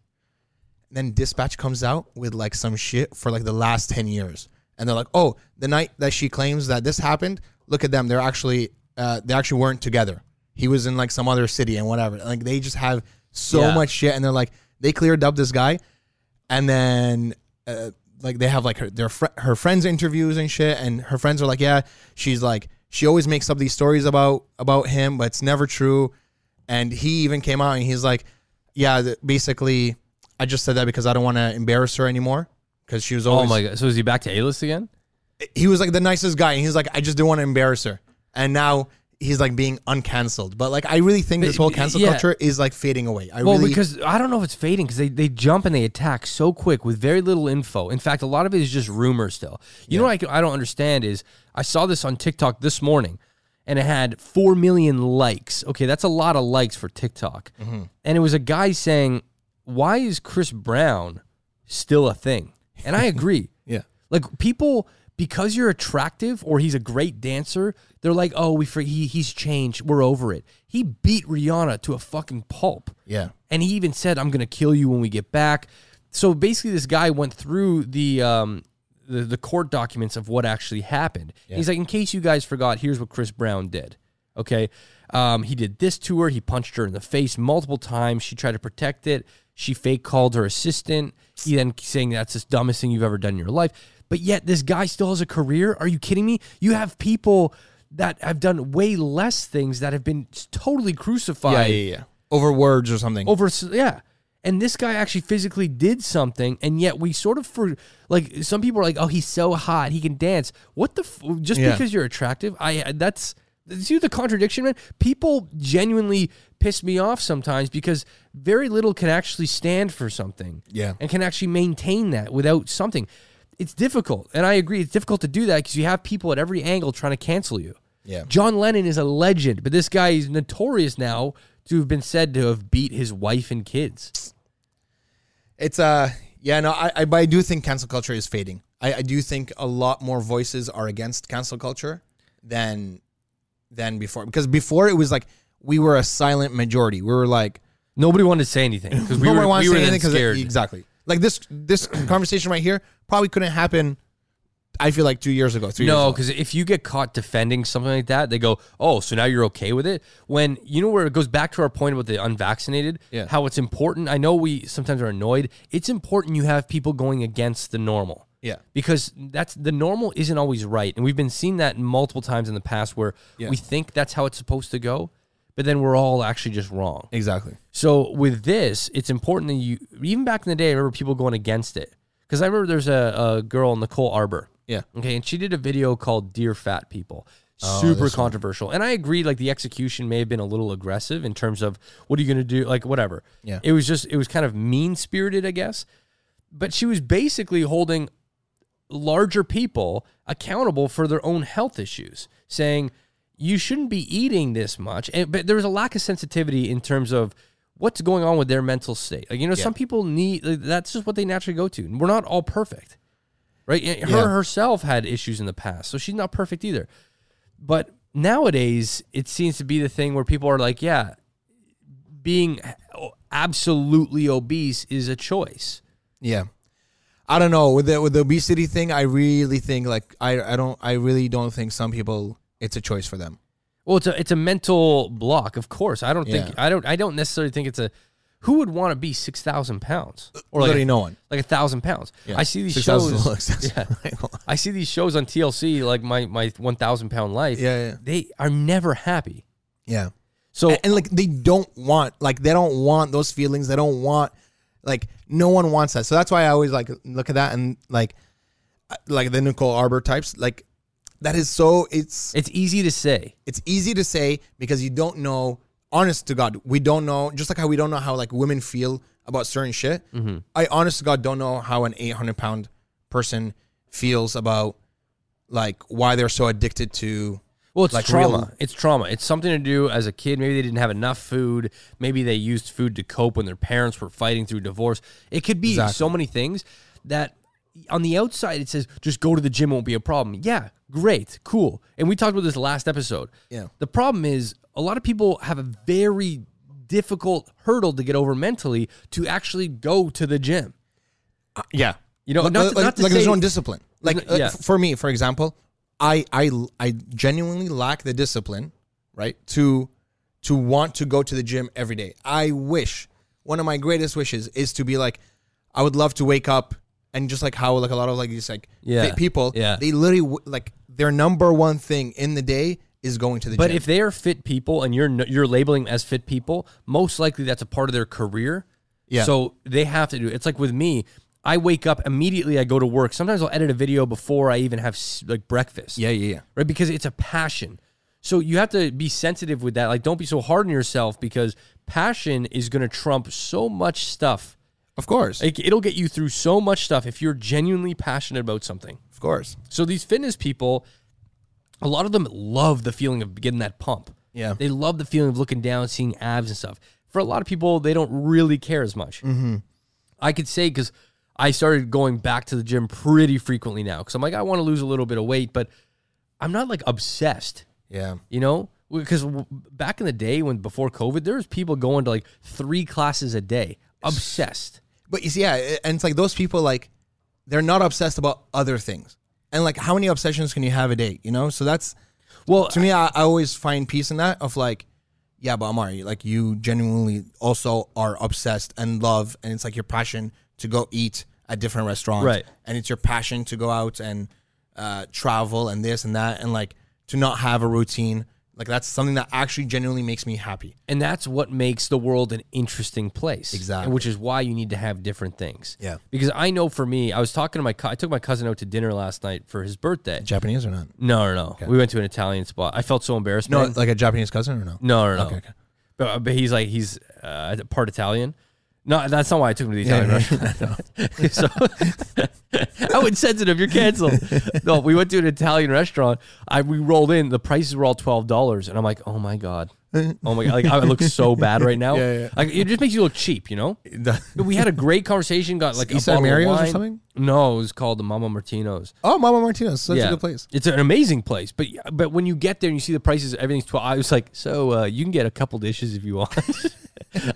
then Dispatch comes out with like some shit for like the last 10 years. And they're like, oh, the night that she claims that this happened, look at them. They're actually, uh, they actually weren't together. He was in like some other city and whatever. Like they just have so
Yeah.
much shit. And they're like, they cleared up this guy. And then, uh, like they have like her their fr- her friends interviews and shit, and her friends are like, yeah, she's like she always makes up these stories about about him, but it's never true. And he even came out and he's like, yeah, th- basically, I just said that because I don't want to embarrass her anymore because she was always
Oh my god! So is he back to A list again?
he was like the nicest guy, and he's like I just didn't want to embarrass her, and now. He's like being uncancelled, but like I really think this whole cancel
Yeah.
culture is like fading away. I
Well,
really
because I don't know if it's fading because they, they jump and they attack so quick with very little info. In fact, a lot of it is just rumor still. You know what I, can- I don't understand is I saw this on TikTok this morning and it had 4 million likes. Okay, that's a lot of likes for TikTok.
Mm-hmm.
And it was a guy saying, Why is Chris Brown still a thing? And I agree.
yeah,
Like people, because you're attractive or he's a great dancer, they're like, oh, we for he he's changed. We're over it. He beat Rihanna to a fucking pulp.
yeah,
And he even said, "I'm gonna kill you when we get back." So basically, this guy went through the um, the, the court documents of what actually happened. He's like, "In case you guys forgot, here's what Chris Brown did." Okay, um, he did this to her. He punched her in the face multiple times. She tried to protect it. She fake called her assistant. He then saying that's the dumbest thing you've ever done in your life. But yet this guy still has a career. Are you kidding me? You have people that have done way less things that have been totally crucified
yeah, yeah, yeah. Over words or something.
over yeah and this guy actually physically did something and yet we sort of for like some people are like oh he's so hot he can dance what the f- just
Yeah.
because you're attractive i that's see the contradiction man people genuinely piss me off sometimes because very little can actually stand for something
Yeah.
and can actually maintain that without something it's difficult and i agree it's difficult to do that because you have people at every angle trying to cancel you
Yeah.
John Lennon is a legend, but this guy is notorious now to have been said to have beat his wife and kids.
It's uh yeah no I, I but I do think cancel culture is fading. I, I do think a lot more voices are against cancel culture than than before because before it was like we were a silent majority. We were like
Nobody wanted to say anything because we
no
were,
one
we
wants
were
to say
then
anything 'cause it-
scared.
exactly like this this conversation right here probably couldn't happen. I feel like two years ago, three
No,
years ago.
because if you get caught defending something like that, they go, "Oh, so now you're okay with it?" When you know where it goes back to our point about the unvaccinated,
Yeah.
how it's important. I know we sometimes are annoyed. It's important you have people going against the normal.
Yeah.
because that's the normal isn't always right, and we've been seeing that multiple times in the past where we think that's how it's supposed to go, but then we're all actually just wrong.
exactly.
So with this, it's important that you even back in the day, I remember people going against it because I remember there's a, a girl Nicole Arbor.
Yeah. Oh,
Okay, and she did a video called "Dear Fat People."
this
Super
one.
controversial, and I agree. Like the execution may have been a little aggressive in terms of what are you going to do, like whatever.
Yeah.
it was just it was kind of mean spirited, I guess. But she was basically holding larger people accountable for their own health issues, saying you shouldn't be eating this much. And, but there was a lack of sensitivity in terms of what's going on with their mental state. Like you know, some people need like, that's just what they naturally go to. And we're not all perfect, right? And Her
Yeah.
herself had issues in the past, so she's not perfect either. But nowadays, it seems to be the thing where people are like, yeah, being absolutely obese is a choice.
Yeah. I don't know with the with the obesity thing. I really think like I I don't I really don't think some people it's a choice for them.
Well, it's a it's a mental block, of course. I don't think
Yeah.
I don't I don't necessarily think it's a who would want to be six thousand pounds
Uh,
or like
Literally
a,
no one.
like a thousand pounds. I see these
Six thousand
shows.
looks.
I see these shows on TLC, like my my one thousand pound life.
Yeah, yeah.
they are never happy.
Yeah.
So
and, and, like they don't want like they don't want those feelings they don't want like no one wants that so that's why i always like look at that and like uh, like the nicole arbor types like that is so it's
it's easy to say.
it's easy to say because you don't know honest to god we don't know just like how we don't know how like women feel about certain shit
Mm-hmm.
i honest to god don't know how an 800 pound person feels about like why they're so addicted to
Well, it's
Like
trauma.
real-
It's trauma. It's something to do as a kid. Maybe they didn't have enough food. Maybe they used food to cope when their parents were fighting through divorce. It could be so many things that on the outside it says just go to the gym won't be a problem. Yeah, great, cool. And we talked about this last episode.
Yeah.
The problem is a lot of people have a very difficult hurdle to get over mentally to actually go to the gym.
Uh, Yeah.
You know,
like,
not to-
like-
not to
uh, like there's
say-
no discipline. Like
no-
uh,
yeah.
f- for me, for example, I I I genuinely lack the discipline, right? To to want to go to the gym every day. I wish one of my greatest wishes is to be like, I would love to wake up and just like how like a lot of like these like
Yeah.
fit people,
Yeah.
they literally w- like their number one thing in the day is going to the
But
gym.
if they are fit people and you're n- you're labeling them as fit people, most likely that's a part of their career.
Yeah.
So they have to do it. It's like with me, I wake up immediately. I go to work. Sometimes I'll edit a video before I even have s- like breakfast.
yeah, yeah, yeah.
Right, because it's a passion. So you have to be sensitive with that. Like, don't be so hard on yourself because passion is going to trump so much stuff.
Of course,
Like, it'll get you through so much stuff if you're genuinely passionate about something.
of course.
So these fitness people, a lot of them love the feeling of getting that pump.
Yeah.
They love the feeling of looking down, seeing abs and stuff. For a lot of people, they don't really care as much.
Mm-hmm.
I could say because I started going back to the gym pretty frequently now because I'm like, I want to lose a little bit of weight, but I'm not like obsessed,
Yeah,
you know? Because w- back in the day when before COVID, there was people going to like three classes a day, obsessed.
But you see, yeah, it- and it's like those people like they're not obsessed about other things. And like how many obsessions can you have a day? You know? So that's
Well,
to me I, I always find peace in that of like, yeah, but Amari, like you genuinely also are obsessed and love and it's like your passion to go eat at different restaurants.
Right.
And it's your passion to go out and uh, travel and this and that and like to not have a routine. Like that's something that actually genuinely makes me happy.
And that's what makes the world an interesting place.
Exactly.
And Which is why you need to have different things.
Yeah.
Because I know for me, I was talking to my co- I took my cousin out to dinner last night for his birthday.
Japanese or not?
No, no, no. We went to an Italian spot. I felt so embarrassed.
No,
man.
like a Japanese cousin or no?
no, no, no.
Okay, okay.
But, but he's like he's uh, part Italian. No, that's not why I took him to the Italian restaurant. so I would sensitive. You're canceled. No, we went to an Italian restaurant. I we rolled in. The prices were all twelve dollars, and I'm like, oh my god, oh my god, like I look so bad right now.
Yeah, yeah.
Like it just makes you look cheap, you know. But we had a great conversation. Got like a
Eastside
bottle of
Mario's or
wine.
something?
No, it was called the Mama Martino's.
Oh, Mama Martinez, such
Yeah.
a good place.
It's an amazing place, but but when you get there and you see the prices, everything's twelve. I was like, so uh, you can get a couple dishes if you want.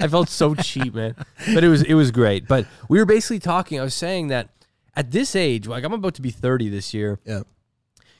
I felt so cheap, man. But it was it was great. But we were basically talking. I was saying that at this age, like I'm about to be 30 this year.
Yeah.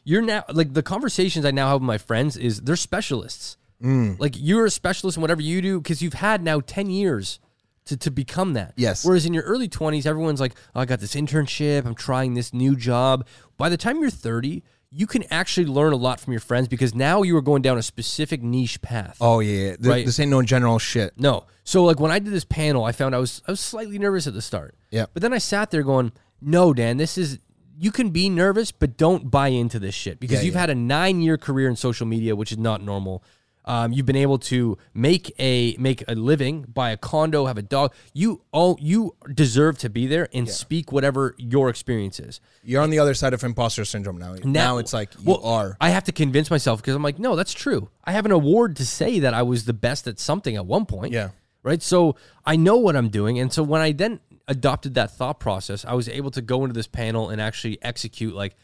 You're now like the conversations I now have with my friends is they're specialists. Like you're a specialist in whatever you do because you've had now 10 years. To, to become that.
Yes.
Whereas in your early 20s, everyone's like, oh, I got this internship. I'm trying this new job. By the time you're 30, you can actually learn a lot from your friends because now you are going down a specific niche path.
Oh yeah, yeah. Th-
Right.
This ain't no general shit.
No. So like when I did this panel, I found I was I was slightly nervous at the start.
Yeah.
But then I sat there going, "No, Dan, this is you can be nervous, but don't buy into this shit because
Yeah,
you've
yeah.
had a nine-year career in social media, which is not normal. Um, you've been able to make a make a living, buy a condo, have a dog. You all you deserve to be there and speak whatever your experience is.
You're on the other side of imposter syndrome now. Now, it's like you
well,
are.
I have to convince myself because I'm like, no, that's true. I have an award to say that I was the best at something at one point.
Yeah.
Right. So I know what I'm doing. And so when I then adopted that thought process, I was able to go into this panel and actually execute like,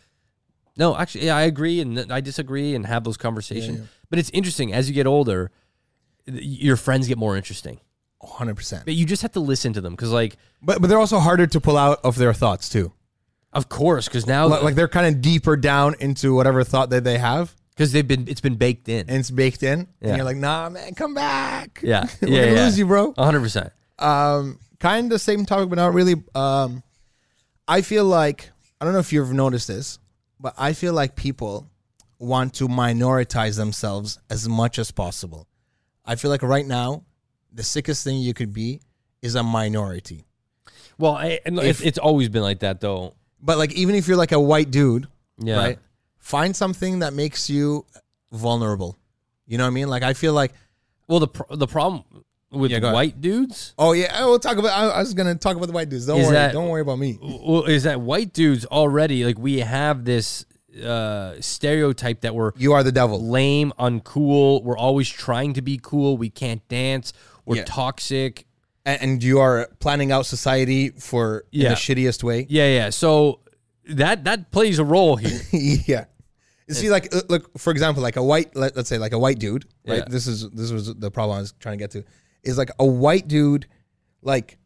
no, actually, yeah, I agree and th- I disagree and have those conversations. But it's interesting as you get older, th- your friends get more interesting.
100. percent
But you just have to listen to them because, like,
But but they're also harder to pull out of their thoughts too.
of course, because now,
Like, like they're kind of deeper down into whatever thought that they have,
because they've been, it's been baked in.
and it's baked in.
Yeah.
And you're like, nah, man, come back.
yeah.
we're
yeah,
gonna
yeah.
lose you, bro.
100%.
Um, kind of the same topic, but not really. Um, I feel like I don't know if you've noticed this, but I feel like people want to minoritize themselves as much as possible. I feel like right now, the sickest thing you could be is a minority.
Well, I, and it's, it's always been like that, though.
But like, even if you're like a white dude,
Yeah.
right? Find something that makes you vulnerable. You know what I mean? Like, I feel like,
Well, the pro- the problem with
go ahead.
white dudes
oh yeah, I will talk about. I, I was gonna talk about the white dudes. Don't
Is
worry.
that-
don't worry about me.
well, is that white dudes already like we have this uh, stereotype that we're
You are the devil.
lame, uncool. We're always trying to be cool. We can't dance. We're
Yeah.
toxic.
and, and you are planning out society for in
Yeah.
the shittiest way.
Yeah, yeah. So that that plays a role here.
yeah. You see, like, uh, look, for example, like a white, let, let's say, like a white dude, right?
Yeah.
This is this was the problem I was trying to get to. is like a white dude, like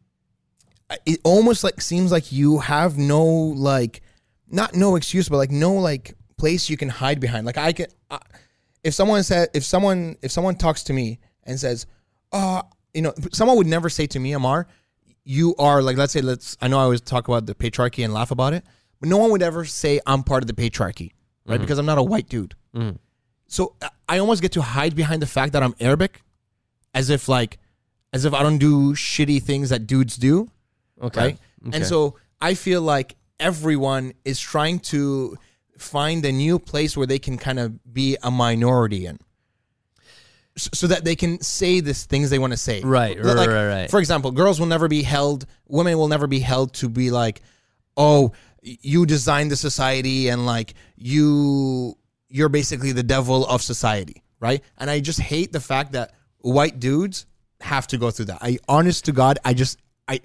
it almost like seems like you have no like not no excuse but like no like place you can hide behind like i can I, if someone said if someone if someone talks to me and says oh you know someone would never say to me amar you are like let's say let's i know i always talk about the patriarchy and laugh about it but no one would ever say i'm part of the patriarchy right because i'm not a white dude so I- i almost get to hide behind the fact that i'm arabic as if like as if i don't do shitty things that dudes do
Okay.
right?
Okay.
And so I feel like everyone is trying to find a new place where they can kind of be a minority in. S- So that they can say these things they want to say,
Right,
Like- like,
right, right.
For example, girls will never be held, women will never be held to be like, "Oh, y- you designed the society, and like you, you're basically the devil of society," right? And I just hate the fact that white dudes have to go through that. I, honest to God, I just, I,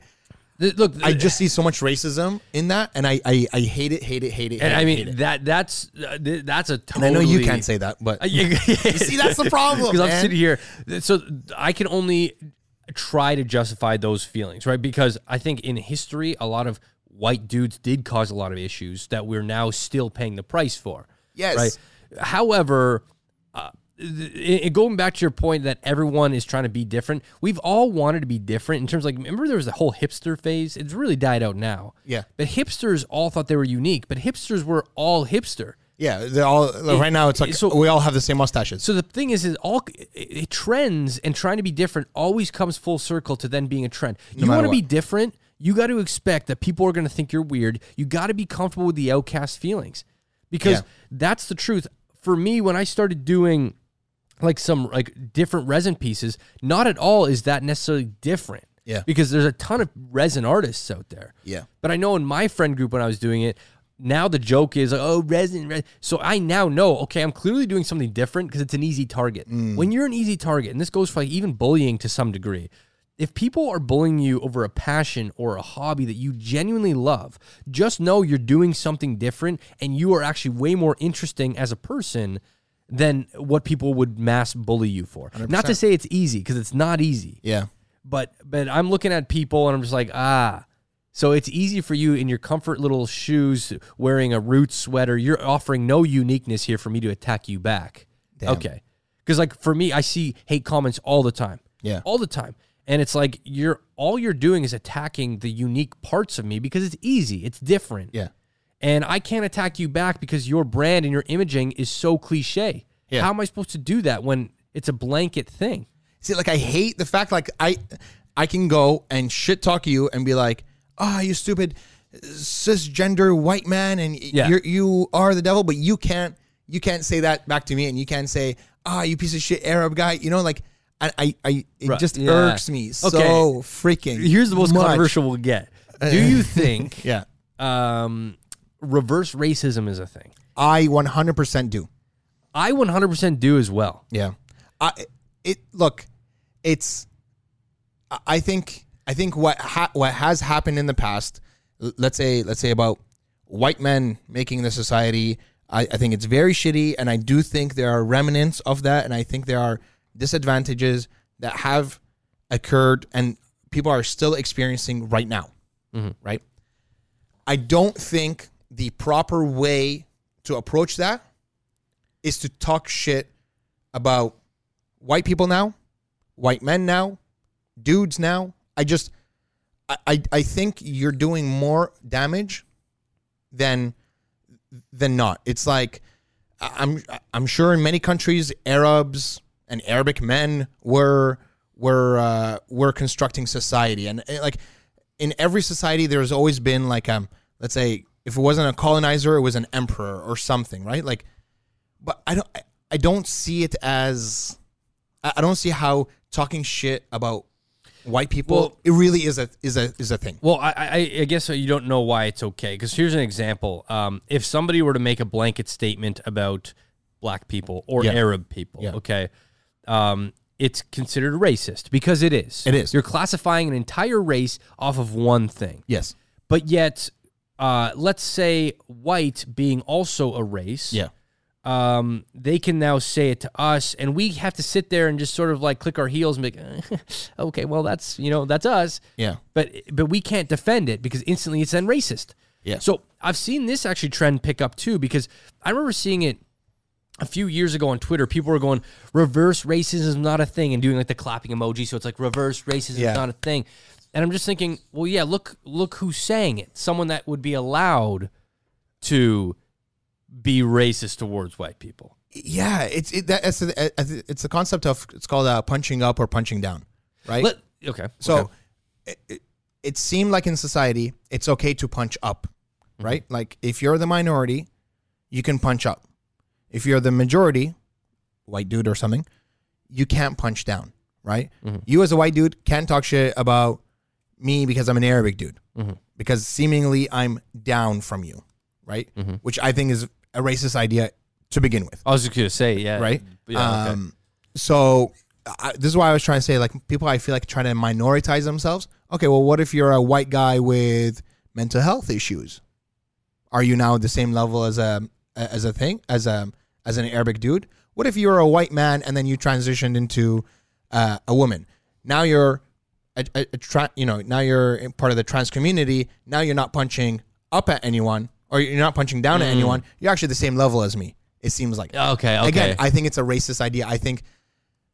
Th- Look,
I just see so much racism in that, and I I, I hate it, hate it, hate it. Hate
and
it,
I
hate it.
mean that that's uh, th- that's a totally.
I know you can't say that, but
See,
see, that's the problem,
Because I'm
man.
sitting here, so I can only try to justify those feelings, right? Because I think in history, a lot of white dudes did cause a lot of issues that we're now still paying the price for.
Yes.
Right. However, uh, th- i- going back to your point that everyone is trying to be different, we've all wanted to be different in terms of like remember there was the whole hipster phase. It's really died out now.
Yeah.
But hipsters all thought they were unique, but hipsters were all hipster.
yeah, they're all like, right now. It's like
so-
we all have the same mustaches.
So the thing is, is all it, it- trends and trying to be different always comes full circle to then being a trend. you
matter
want to be
what.
different, you got to expect that people are going to think you're weird. You got to be comfortable with the outcast feelings, because
Yeah.
that's the truth. For me, when I started doing like some like different resin pieces, not at all is that necessarily different.
Yeah.
because there's a ton of resin artists out there.
Yeah.
But I know in my friend group when I was doing it, now the joke is like, oh, resin, resin. So I now know, okay, I'm clearly doing something different because it's an easy target. When you're an easy target, and this goes for like even bullying to some degree, if people are bullying you over a passion or a hobby that you genuinely love, just know you're doing something different and you are actually way more interesting as a person than what people would mass bully you for. Not to say it's easy because it's not easy
Yeah,
but but I'm looking at people and I'm just like, ah. So it's easy for you in your comfort little shoes, wearing a root sweater. You're offering no uniqueness here for me to attack you back. Okay, because like for me, I see hate comments all the time.
Yeah.
all the time, and it's like you're all you're doing is attacking the unique parts of me because it's easy, it's different,
yeah,
and I can't attack you back because your brand and your imaging is so cliche.
Yeah.
How am I supposed to do that when it's a blanket thing?
See, like I hate the fact like I I can go and shit talk you and be like, ah, you stupid cisgender white man, and
Yeah.
you're, you are the devil, but you can't you can't say that back to me, and you can't say, ah, you piece of shit Arab guy, you know, like. I, I, I it
Right.
just
Yeah.
irks me so
Okay.
freaking.
Here's the most
much.
controversial we'll get. Do you think
Yeah,
um, reverse racism is a thing?
I 100% do.
I 100% do as well.
Yeah. I it look, it's I- I think I think what ha- what has happened in the past, l- let's say let's say about white men making the society, I, I think it's very shitty, and I do think there are remnants of that, and I think there are disadvantages that have occurred, and people are still experiencing right now, right? I don't think the proper way to approach that is to talk shit about white people now, white men now, dudes now. I just, I, I, I think you're doing more damage than than not. It's like I- I'm I'm sure in many countries Arabs and Arabic men were were uh, were constructing society and uh, like in every society there's always been like um let's say if it wasn't a colonizer it was an emperor or something right like but I don't I, I don't see it as I, I don't see how talking shit about white people
Well-
it really is a is a is a thing.
Well, I, I, I guess you don't know why it's okay. Because here's an example. Um, if somebody were to make a blanket statement about black people or
Yeah.
Arab people,
Yeah.
okay, um, it's considered racist because it is.
It is.
You're classifying an entire race off of one thing.
Yes.
But yet, uh, let's say white being also a race. um, they can now say it to us, and we have to sit there and just sort of like click our heels and be like, "Eh, okay, well that's you know that's us.
Yeah.
But but we can't defend it because instantly it's then racist.
Yeah.
So I've seen this actually trend pick up too because I remember seeing it a few years ago on Twitter. People were going reverse racism is not a thing and doing like the clapping emoji. So it's like reverse racism
Yeah.
is not a thing. And I'm just thinking, well, yeah, look look who's saying it. Someone that would be allowed to be racist towards white people.
Yeah, it's it, that, it's, the- it's the concept of it's called uh, punching up or punching down, right?
Let, okay.
So
okay.
it- it, it seemed like in society, it's okay to punch up, right? Like if you're the minority, you can punch up. If you're the majority, white dude or something, you can't punch down, right? You as a white dude can't talk shit about me because I'm an Arabic dude, because seemingly I'm down from you, right? Which I think is a racist idea to begin with
I was just gonna say, yeah.
right?
Yeah. okay.
Um, so I, this is why I was trying to say, like, people I feel like try to minoritize themselves. Okay, well, what if you're a white guy with mental health issues? Are you now at the same level as a as a thing as a as an Arabic dude? What if you're a white man and then you transitioned into uh, a woman? Now you're a, a, a tra- you know now you're in part of the trans community. Now you're not punching up at anyone or you're not punching down
Mm.
at anyone. You're actually the same level as me. It seems like
okay. Okay.
again, I think it's a racist idea. I think,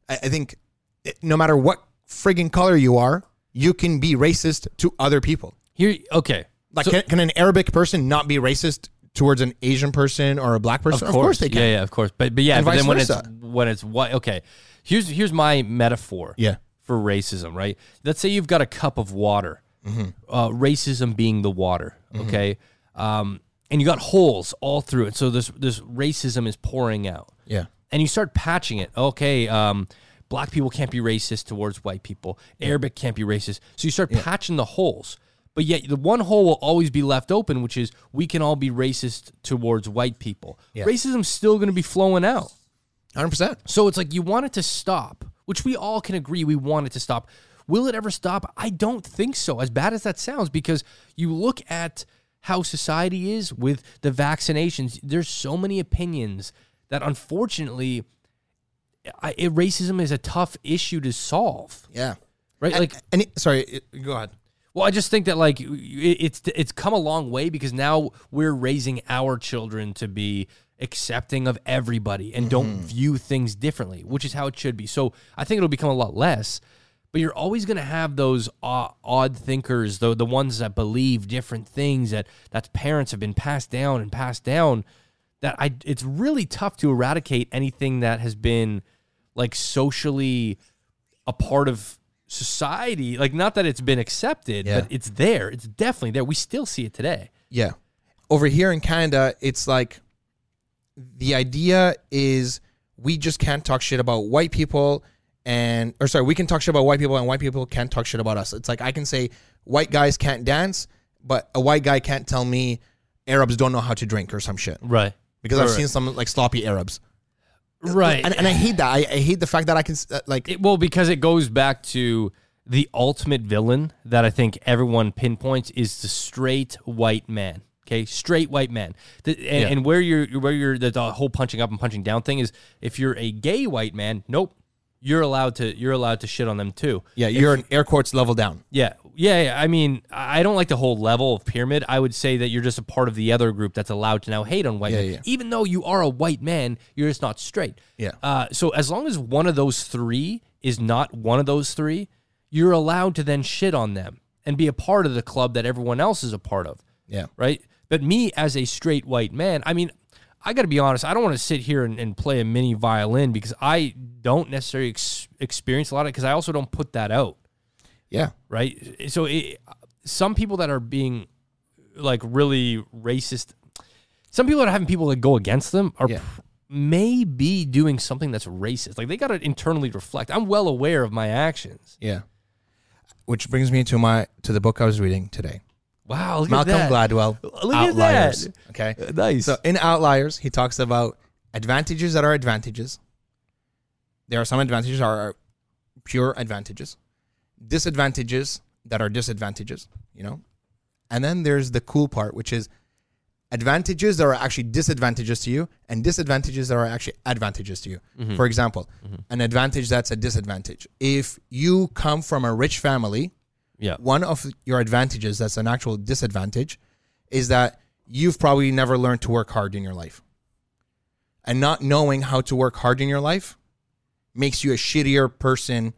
I, I think, it- no matter what friggin' color you are, you can be racist to other people.
Here. Okay.
Like,
So-
can, can an Arabic person not be racist towards an Asian person or a black person? Of course, they can.
Yeah, yeah, of course. But but yeah,
And
but
vice
then when
versa.
it's when it's white okay. Here's here's my metaphor
Yeah.
for racism, right? Let's say you've got a cup of water.
Mm-hmm.
Uh, racism being the water, okay? Um, and you got holes all through it. So this this racism is pouring out
Yeah.
and you start patching it. Okay, um, black people can't be racist towards white people. Arabic can't be racist. So you start patching the holes. But yet the one hole will always be left open, which is we can all be racist towards white people. Racism's still going to be flowing out.
Hundred percent.
So it's like you want it to stop, which we all can agree we want it to stop. Will it ever stop? I don't think so. As bad as that sounds, because you look at how society is with the vaccinations, there's so many opinions that unfortunately, I, it, racism is a tough issue to solve,
Yeah.
right?
Like,
Like,
and it- sorry, it- go ahead.
well, I just think that like it, it's it's come a long way because now we're raising our children to be accepting of everybody and don't view things differently, which is how it should be. So I think it'll become a lot less. But you're always going to have those odd, odd thinkers, though the ones that believe different things that that parents have been passed down and passed down. That I, it's really tough to eradicate anything that has been like socially a part of society. Like, not that it's been accepted,
Yeah.
but it's there. It's definitely there. We still see it today.
Yeah. Over here in Canada, it's like the idea is we just can't talk shit about white people and or sorry, we can talk shit about white people and white people can't talk shit about us. It's like I can say white guys can't dance, but a white guy can't tell me Arabs don't know how to drink or some shit.
Right.
Because I've seen some like sloppy Arabs.
Right.
And, and I hate that. I, I hate the fact that I can s- that, like
It- well, because it goes back to the ultimate villain that I think everyone pinpoints is the straight white man. Okay, straight white man. The, and, and where you're, where you're, the, the whole punching up and punching down thing is, if you're a gay white man, nope, you're allowed to, you're allowed to shit on them too.
yeah, you're an air quotes level down.
Yeah. yeah, yeah. I mean, I I don't like the whole level of pyramid. I would say that you're just a part of the other group that's allowed to now hate on white men,
yeah.
even though you are a white man. You're just not straight.
Yeah.
Uh, so as long as one of those three is not one of those three, you're allowed to then shit on them and be a part of the club that everyone else is a part of
Yeah.
right? But me as a straight white man, I mean, I got to be honest, I don't want to sit here and, and play a mini violin because I don't necessarily ex- experience a lot of it because I also don't put that out,
Yeah.
right? So it, some people that are being like really racist, some people that are having people that go against them are.
Yeah.
pr- may be doing something that's racist. Like they got to internally reflect. I'm well aware of my actions.
Yeah. Which brings me to my to the book I was reading today.
Wow, look
Malcolm
at that.
Gladwell.
Look at
Outliers.
that.
Okay.
Nice.
So in Outliers, he talks about advantages that are advantages. There are some advantages that are pure advantages, disadvantages that are disadvantages, you know? And then there's the cool part, which is advantages that are actually disadvantages to you and disadvantages that are actually advantages to you.
Mm-hmm.
For example, an advantage that's a disadvantage. If you come from a rich family,
Yeah.
one of your advantages that's an actual disadvantage is that you've probably never learned to work hard in your life. And not knowing how to work hard in your life makes you a shittier person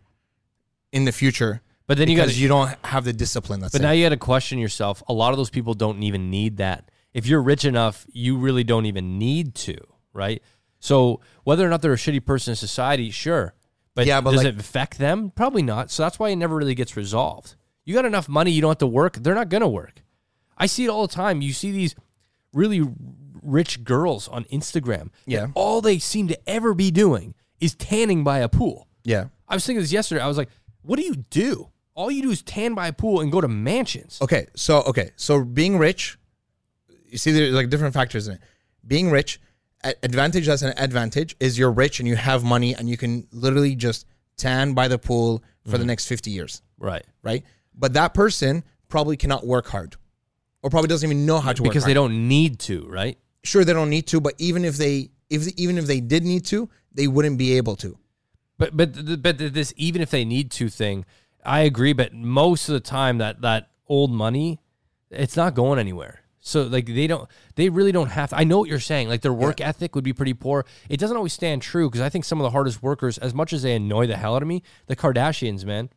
in the future
But then you got
because you don't have the discipline that's
But now you got to question yourself. A lot of those people don't even need that. If you're rich enough, you really don't even need to, right? So whether or not they're a shitty person in society, sure. But,
Yeah, but
does
like-
it affect them? Probably not. So that's why it never really gets resolved. You got enough money, you don't have to work. They're not going to work. I see it all the time. You see these really rich girls on Instagram.
Yeah.
All they seem to ever be doing is tanning by a pool.
yeah.
I was thinking this yesterday. I was like, what do you do? All you do is tan by a pool and go to mansions.
Okay, so okay, so being rich, you see, there's like different factors in it. Being rich, a- advantage as an advantage is you're rich and you have money and you can literally just tan by the pool for
Mm-hmm.
the next fifty years,
Right.
right? But that person probably cannot work hard, or probably doesn't even know how to work
Because
hard.
they don't need to, right?
sure, they don't need to, but even if they if even if they did need to, they wouldn't be able to.
But but th- but th- this even if they need to thing, I agree. But most of the time, that that old money, it's not going anywhere. So like they don't, they really don't have. I know what you're saying. Like their work ethic would be pretty poor. It doesn't always stand true because I think some of the hardest workers, as much as they annoy the hell out of me, the Kardashians, man,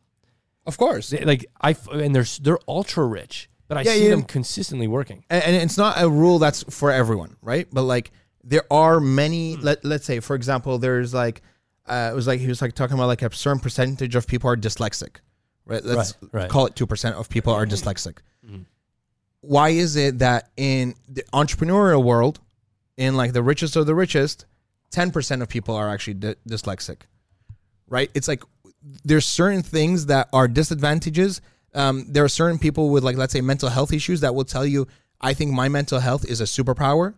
Of course,
they, like I f- and they're s- they're ultra rich, but I
Yeah,
see
yeah.
them consistently working.
and, and it's not a rule that's for everyone, right? But like there are
Hmm.
many. Let let's say, for example, there's like uh, it was like he was like talking about like a certain percentage of people are dyslexic, right? Let's
Right, right. Hmm.
call it two percent of people are dyslexic. Why is it that in the entrepreneurial world, in like the richest of the richest, ten percent of people are actually d- dyslexic? right? It's like there's certain things that are disadvantages. Um, there are certain people with like let's say mental health issues that will tell you, I think my mental health is a superpower.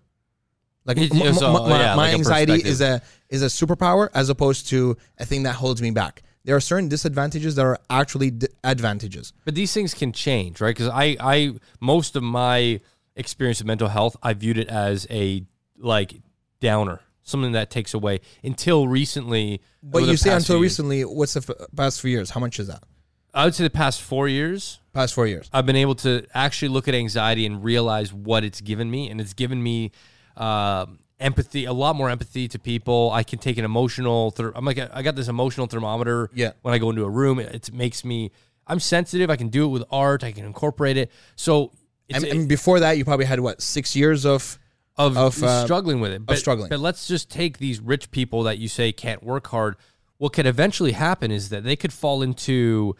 Like
It-
m- m-
it's a-
my,
yeah,
my
like a
anxiety is a is a superpower as opposed to a thing that holds me back. There are certain disadvantages that are actually d- advantages.
But these things can change, right? Because I, I, most of my experience with mental health, I viewed it as a like downer, something that takes away until recently.
But
over the
you say
past
until
few years-
recently, what's the f- past few years? How much is that?
I would say the past four years,
Past four years.
I've been able to actually look at anxiety and realize what it's given me, and it's given me um, empathy, a lot more empathy to people. I can take an emotional. Ther- I'm like, I got this emotional thermometer.
Yeah.
When I go into a room, it, it makes me. I'm sensitive. I can do it with art. I can incorporate it. So.
I
It's,
mean, before that, you probably had what six years of
of,
of, uh,
struggling with it. But,
struggling.
But let's just take these rich people that you say can't work hard. What could eventually happen is that they could fall into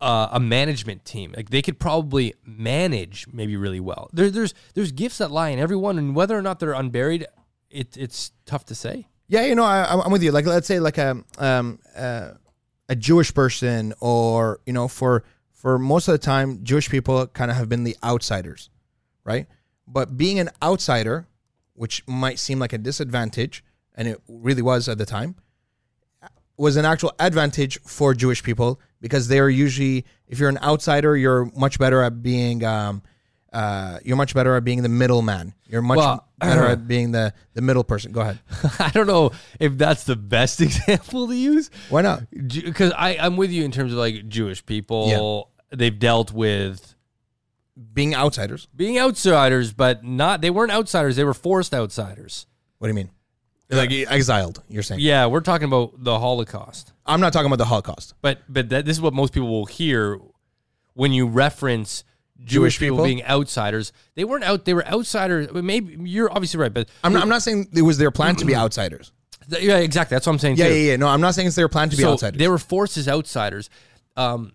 uh, a management team. Like they could probably manage maybe really well. There, there's there's gifts that lie in everyone, and whether or not they're unburied, it, it's tough to say.
Yeah, you know, I, I'm I'm with you. Like, let's say like a um uh, a Jewish person, or you know, for for most of the time, Jewish people kind of have been the outsiders, right? But being an outsider, which might seem like a disadvantage, and it really was at the time, was an actual advantage for Jewish people because they are usually, if you're an outsider, you're much better at being. Um, uh, you're much better at being the middleman. You're much
Well,
better at being the, the middle person. Go ahead.
I don't know if that's the best example to use.
Why not?
because I I'm with you in terms of like Jewish people. They've dealt with
being outsiders.
being outsiders, but not they weren't outsiders. They were forced outsiders.
What do you mean? Like exiled, you're saying.
Yeah, we're talking about the Holocaust.
I'm not talking about the Holocaust.
But but that, this is what most people will hear when you reference Jewish,
Jewish
people,
people?
being outsiders. They weren't out. They were outsiders. Well, Maybe you're obviously right, but
I'm not, I'm not saying it was their plan to be outsiders.
th- yeah, exactly. That's what I'm saying.
Yeah,
too.
yeah, yeah. No, I'm not saying it's their plan to be
so
outsiders.
they were forced as outsiders. Um,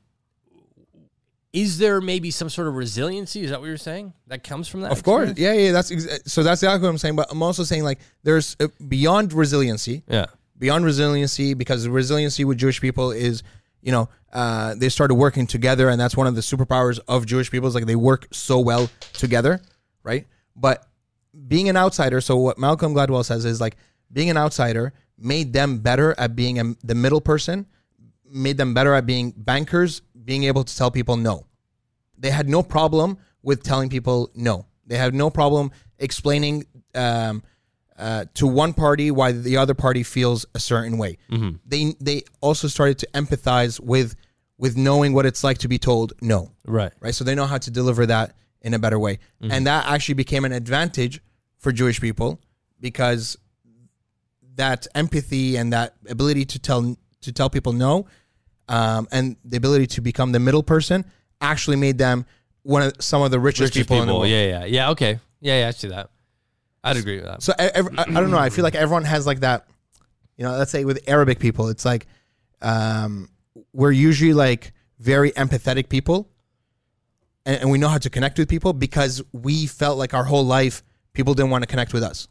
is there maybe some sort of resiliency? Is that what you're saying? That comes from that.
Of course.
experience?
Yeah, yeah. That's exa- so that's exactly what I'm saying. But I'm also saying like there's uh, beyond resiliency,
Yeah.
beyond resiliency because resiliency with Jewish people is you know uh, they started working together and that's one of the superpowers of Jewish people is like they work so well together right but being an outsider so what Malcolm Gladwell says is like being an outsider made them better at being a, the middle person made them better at being bankers being able to tell people no they had no problem with telling people no. They had no problem explaining um, uh, to one party why the other party feels a certain way. They they also started to empathize with with knowing what it's like to be told no
Right.
right? So they know how to deliver that in a better way. And that actually became an advantage for Jewish people because that empathy and that ability to tell to tell people no, um, and the ability to become the middle person actually made them one of some of the richest,
Richest
people, in the world.
Yeah, yeah, yeah. Okay. Yeah, yeah. I see that. I'd agree with that.
So I, ev- I, I don't know. I feel like everyone has like that. You know, let's say with Arabic people, it's like um, we're usually like very empathetic people, and, and we know how to connect with people because we felt like our whole life people didn't want to connect with us.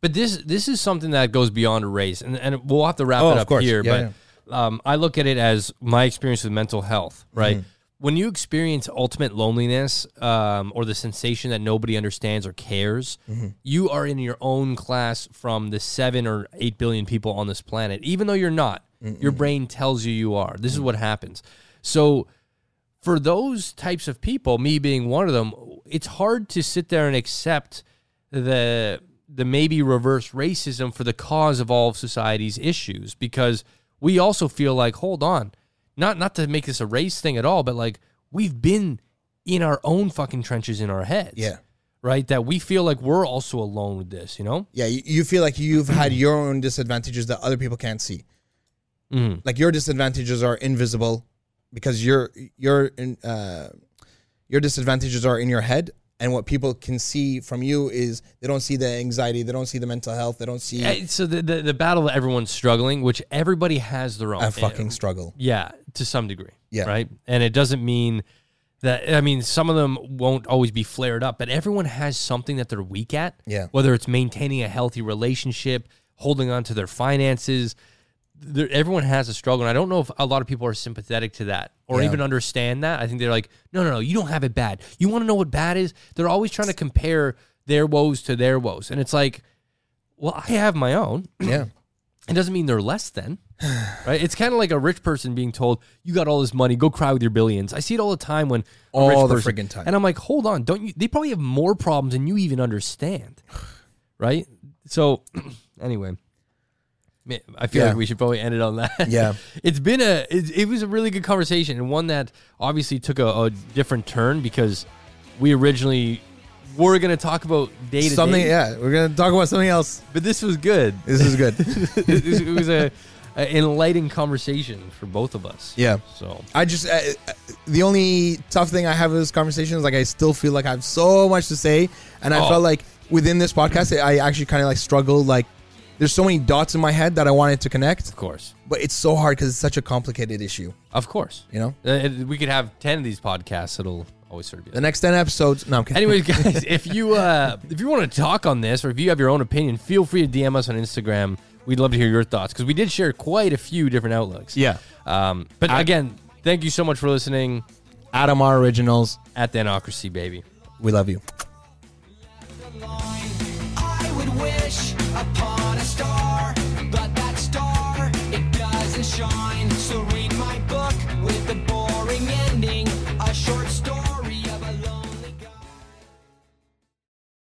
But this this is something that goes beyond race, and and we'll have to wrap
Oh,
it
of
up
course.
here.
Yeah,
but um, I look at it as my experience with mental health. Right,
Mm-hmm.
when you experience ultimate loneliness um, or the sensation that nobody understands or cares,
Mm-hmm.
you are in your own class from the seven or eight billion people on this planet. Even though you're not, your brain tells you you are. This is what happens. So for those types of people, me being one of them, it's hard to sit there and accept the the maybe reverse racism for the cause of all of society's issues because we also feel like hold on, not not to make this a race thing at all, but like we've been in our own fucking trenches in our heads.
Yeah.
Right? That we feel like we're also alone with this, you know?
Yeah, you, you feel like you've had your own disadvantages that other people can't see. Like your disadvantages are invisible because your your in, uh, your disadvantages are in your head, and what people can see from you is they don't see the anxiety, they don't see the mental health, they don't see
Eh, So the, the, the battle that everyone's struggling, which everybody has their own
a fucking struggle.
Yeah, to some degree.
Yeah.
Right. And it doesn't mean that, I mean, some of them won't always be flared up, but everyone has something that they're weak at.
Yeah.
Whether it's maintaining a healthy relationship, holding on to their finances, there, everyone has a struggle. And I don't know if a lot of people are sympathetic to that or
Yeah.
even understand that. I think they're like, no, no, no, you don't have it bad. You want to know what bad is? They're always trying to compare their woes to their woes. And it's like, well, I have my own
Yeah,
it doesn't mean they're less than right it's kind of like a rich person being told you got all this money go cry with your billions i see it all the time when a
All
rich
the
person-
friggin' time.
and i'm like hold on don't you they probably have more problems than you even understand right so anyway ma- i feel
Yeah.
like we should probably end it on that
Yeah.
it's been a it, it was a really good conversation and one that obviously took a, a different turn because we originally were going to talk about day to
something.
day
Yeah, we're gonna talk about something else.
but this was good
This is good.
it was- it was a, a enlightening conversation for both of us.
yeah,
So
I just uh, uh, the only tough thing I have with this conversation is like I still feel like I have so much to say, and I
Oh.
felt like within this podcast I actually kind of like struggled. Like there's so many dots in my head that I wanted to connect,
of course,
but it's so hard because it's such a complicated issue.
of course,
You know,
Uh, and we could have ten of these podcasts. It'll always serve
the
you.
next ten episodes. No, I'm kidding.
Anyways, guys, if you uh, if you want to talk on this, or if you have your own opinion, feel free to DM us on Instagram. We'd love to hear your thoughts because we did share quite a few different outlooks.
yeah,
Um, but
I-
again, thank you so much for listening
Adam R originals.
at the Anocracy, baby.
We love you.
I would wish upon a star, but that star, it doesn't shine.